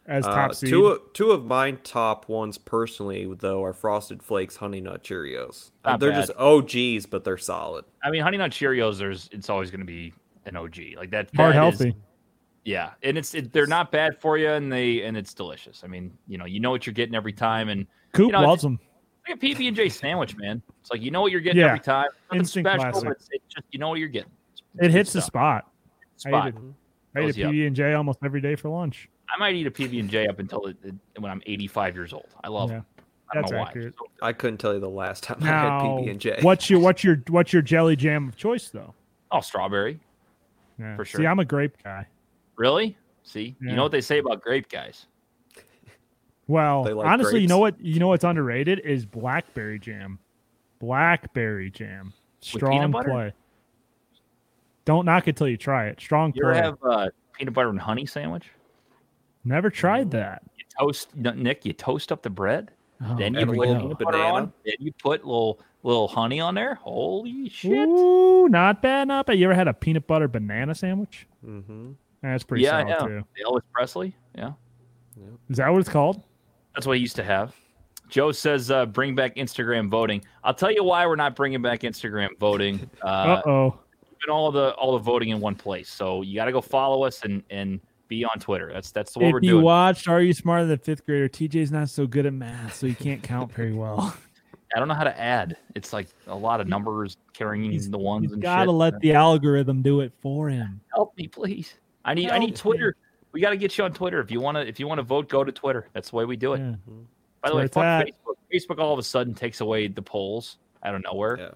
Speaker 5: as
Speaker 6: Uh,
Speaker 5: top seed.
Speaker 6: Two of, two of my top ones personally though are Frosted Flakes Honey Nut Cheerios. Uh,
Speaker 4: Not
Speaker 6: they're
Speaker 4: bad.
Speaker 6: just OGs, but they're solid.
Speaker 4: I mean, Honey Nut Cheerios. There's. It's always going to be an OG like that.
Speaker 5: Heart
Speaker 4: that is-
Speaker 5: healthy.
Speaker 4: yeah, and it's it, they're not bad for you, and they and it's delicious. I mean, you know, you know what you're getting every time, and
Speaker 5: Coop
Speaker 4: you know,
Speaker 5: loves them.
Speaker 4: like a PB and J sandwich, man. It's like you know what you're getting
Speaker 5: Yeah.
Speaker 4: every time. Nothing
Speaker 5: Instant
Speaker 4: special,
Speaker 5: classic.
Speaker 4: but it's, it's just you know what you're getting. It's-
Speaker 5: It
Speaker 4: it's
Speaker 5: hits the
Speaker 4: good stuff.
Speaker 5: spot. I
Speaker 4: Spot.
Speaker 5: ate, it- I ate
Speaker 4: Fills
Speaker 5: a
Speaker 4: you up.
Speaker 5: PB and J almost every day for lunch.
Speaker 4: I might eat a PB and J up until it, it- when I'm 85 years old. I love
Speaker 5: Yeah.
Speaker 4: them. I don't
Speaker 5: That's
Speaker 4: know why.
Speaker 5: accurate.
Speaker 4: So,
Speaker 6: I couldn't tell you the last time I had
Speaker 5: Now,
Speaker 6: PB and J.
Speaker 5: what's your what's your what's your jelly jam of choice though?
Speaker 4: oh, strawberry.
Speaker 5: Yeah.
Speaker 4: For
Speaker 5: See,
Speaker 4: sure.
Speaker 5: I'm a grape guy.
Speaker 4: Really? See, you
Speaker 5: Yeah.
Speaker 4: know what they say about grape guys.
Speaker 5: Well,
Speaker 6: They like
Speaker 5: honestly, you know what you know what's underrated is blackberry jam. Blackberry jam.
Speaker 4: peanut
Speaker 5: Strong
Speaker 4: butter?
Speaker 5: play. Don't knock it till you try it. Strong
Speaker 4: You ever
Speaker 5: play.
Speaker 4: have uh, peanut butter and honey sandwich?
Speaker 5: Never tried that.
Speaker 4: You toast, N- Nick. You toast up the bread, then
Speaker 5: Oh,
Speaker 4: you
Speaker 6: my
Speaker 4: put
Speaker 6: God.
Speaker 4: peanut butter
Speaker 6: Banana.
Speaker 4: on, then you put little little honey on there. Holy shit!
Speaker 5: Ooh, not bad, not bad. You ever had a peanut butter banana sandwich?
Speaker 6: hmm
Speaker 5: That's pretty
Speaker 4: yeah,
Speaker 5: solid
Speaker 4: yeah.
Speaker 5: too.
Speaker 4: Elvis Presley. Yeah.
Speaker 5: Is that what it's called?
Speaker 4: That's what he used to have. Joe says, uh, bring back Instagram voting. I'll tell you why we're not bringing back Instagram voting. Uh,
Speaker 5: Uh oh.
Speaker 4: keeping all the all the voting in one place. So you got to go follow us and and be on Twitter. That's that's what
Speaker 5: If
Speaker 4: we're
Speaker 5: you
Speaker 4: doing.
Speaker 5: watched Are You Smarter Than a Fifth Grader, TJ's not so good at math, so he can't count very well.
Speaker 4: I don't know how to add. It's like a lot of numbers carrying
Speaker 5: He's-
Speaker 4: the ones
Speaker 5: You've
Speaker 4: and
Speaker 5: got
Speaker 4: shit.
Speaker 5: to let the algorithm do it for him.
Speaker 4: help me, please. I need I
Speaker 5: Help
Speaker 4: need Twitter. We got to get you on Twitter if you want to if you want to vote. Go to Twitter. That's the way we do it.
Speaker 5: Yeah.
Speaker 4: By the way,
Speaker 5: That's
Speaker 4: fuck
Speaker 5: where it's
Speaker 4: Facebook. Facebook all of a sudden takes away the polls out of nowhere.
Speaker 6: Yeah.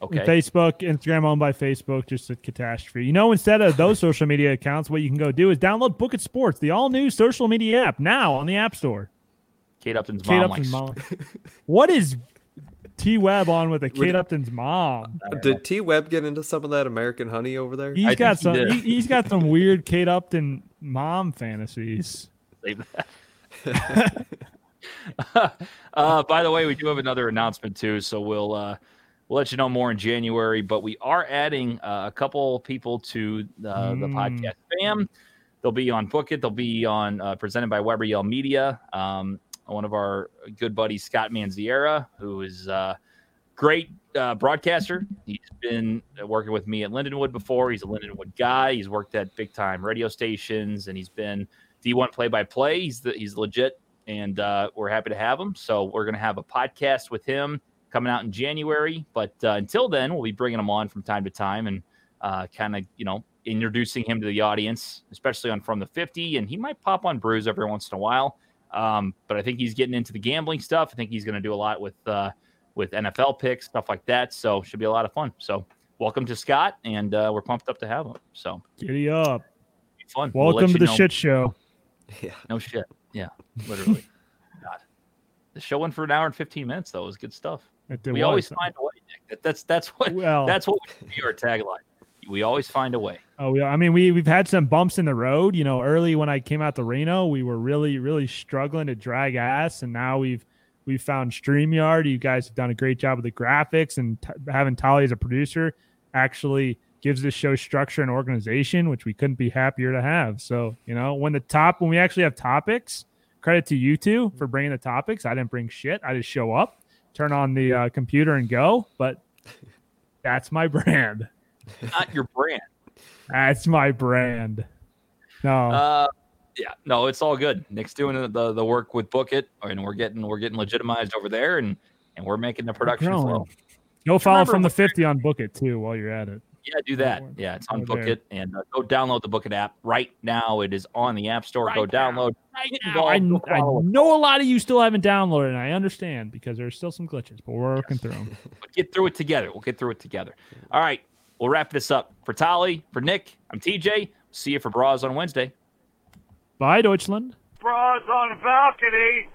Speaker 4: Okay.
Speaker 5: Facebook, Instagram owned by Facebook, just a catastrophe. You know, instead of those social media accounts, what you can go do is download Book It Sports, the all new social media app now on the App Store.
Speaker 4: Kate Upton's
Speaker 5: Kate
Speaker 4: mom
Speaker 5: Upton's
Speaker 4: likes.
Speaker 5: mom. what is T Web on with a Kate Upton's mom?
Speaker 6: Did T Web get into some of that American honey over there?
Speaker 5: He's
Speaker 4: I
Speaker 5: got some.
Speaker 4: think he
Speaker 5: He
Speaker 4: did.
Speaker 5: he's got some weird Kate Upton mom fantasies.
Speaker 4: Save that. uh, by the way, we do have another announcement too, so we'll uh, we'll let you know more in January. But we are adding uh, a couple people to uh, the
Speaker 5: Mm.
Speaker 4: podcast fam. They'll be on Book It. They'll be on uh, presented by Weber Yale Media. Um, one of our good buddies, Scott Manziera, who is uh, great uh, broadcaster. He's been working with me at Lindenwood before. He's a Lindenwood guy. He's worked at big time radio stations, and he's been D1 play by play. He's the, he's legit, and uh, we're happy to have him. So we're gonna have a podcast with him coming out in January. But uh, until then, we'll be bringing him on from time to time and uh, kind of you know introducing him to the audience, especially on From the 50. And he might pop on Brews every once in a while. Um, but I think he's getting into the gambling stuff. I think he's gonna do a lot with. Uh, with NFL picks, stuff like that. So should be a lot of fun. So welcome to Scott, and uh, we're pumped up to have him. So
Speaker 5: Giddy up!
Speaker 4: be fun. We'll let
Speaker 5: Welcome
Speaker 4: you
Speaker 5: to the
Speaker 4: know-
Speaker 5: shit show.
Speaker 6: Yeah.
Speaker 4: No shit. Yeah, literally. God, the show went for an hour and fifteen minutes though. It was good stuff.
Speaker 5: It did
Speaker 4: we
Speaker 5: well.
Speaker 4: always find a way. Nick. That, that's that's what
Speaker 5: Well-
Speaker 4: that's what should be our tagline. We always find a way.
Speaker 5: Oh yeah, I mean we we've had some bumps in the road. You know, early when I came out to Reno, we were really really struggling to drag ass, and now we've we've found Streamyard. You guys have done a great job with the graphics and t- having Tali as a producer actually gives this show structure and organization, which we couldn't be happier to have. So you know, when the top when we actually have topics, credit to you two for bringing the topics. I didn't bring shit. I just show up, turn on the uh, computer, and go. But that's my brand.
Speaker 4: Not your brand.
Speaker 5: That's my brand. No,
Speaker 4: Uh, yeah, no, it's all good. Nick's doing the, the, the work with Book It, and we're getting we're getting legitimized over there, and and we're making the production
Speaker 5: growing.
Speaker 4: flow.
Speaker 5: go follow
Speaker 4: remember
Speaker 5: from the
Speaker 4: when-
Speaker 5: 50 on Book It too while you're at it.
Speaker 4: Yeah, do that.
Speaker 5: Over-
Speaker 4: Yeah, it's on
Speaker 5: over
Speaker 4: Book
Speaker 5: there.
Speaker 4: It, and uh, go download the Book It app right now. It is on the App Store.
Speaker 5: Right
Speaker 4: go
Speaker 5: now.
Speaker 4: download.
Speaker 5: Right
Speaker 4: Get
Speaker 5: now, I,
Speaker 4: involved, go
Speaker 5: I
Speaker 4: follow it.
Speaker 5: know a lot of you still haven't downloaded, and I understand because there's still some glitches, but we're working through them.
Speaker 4: But get through it together. We'll get through it together. All right, we'll wrap this up for Tolly, for Nick. I'm TJ. See you for Bras on Wednesday.
Speaker 5: Bye, Deutschland.
Speaker 10: Bras on balcony.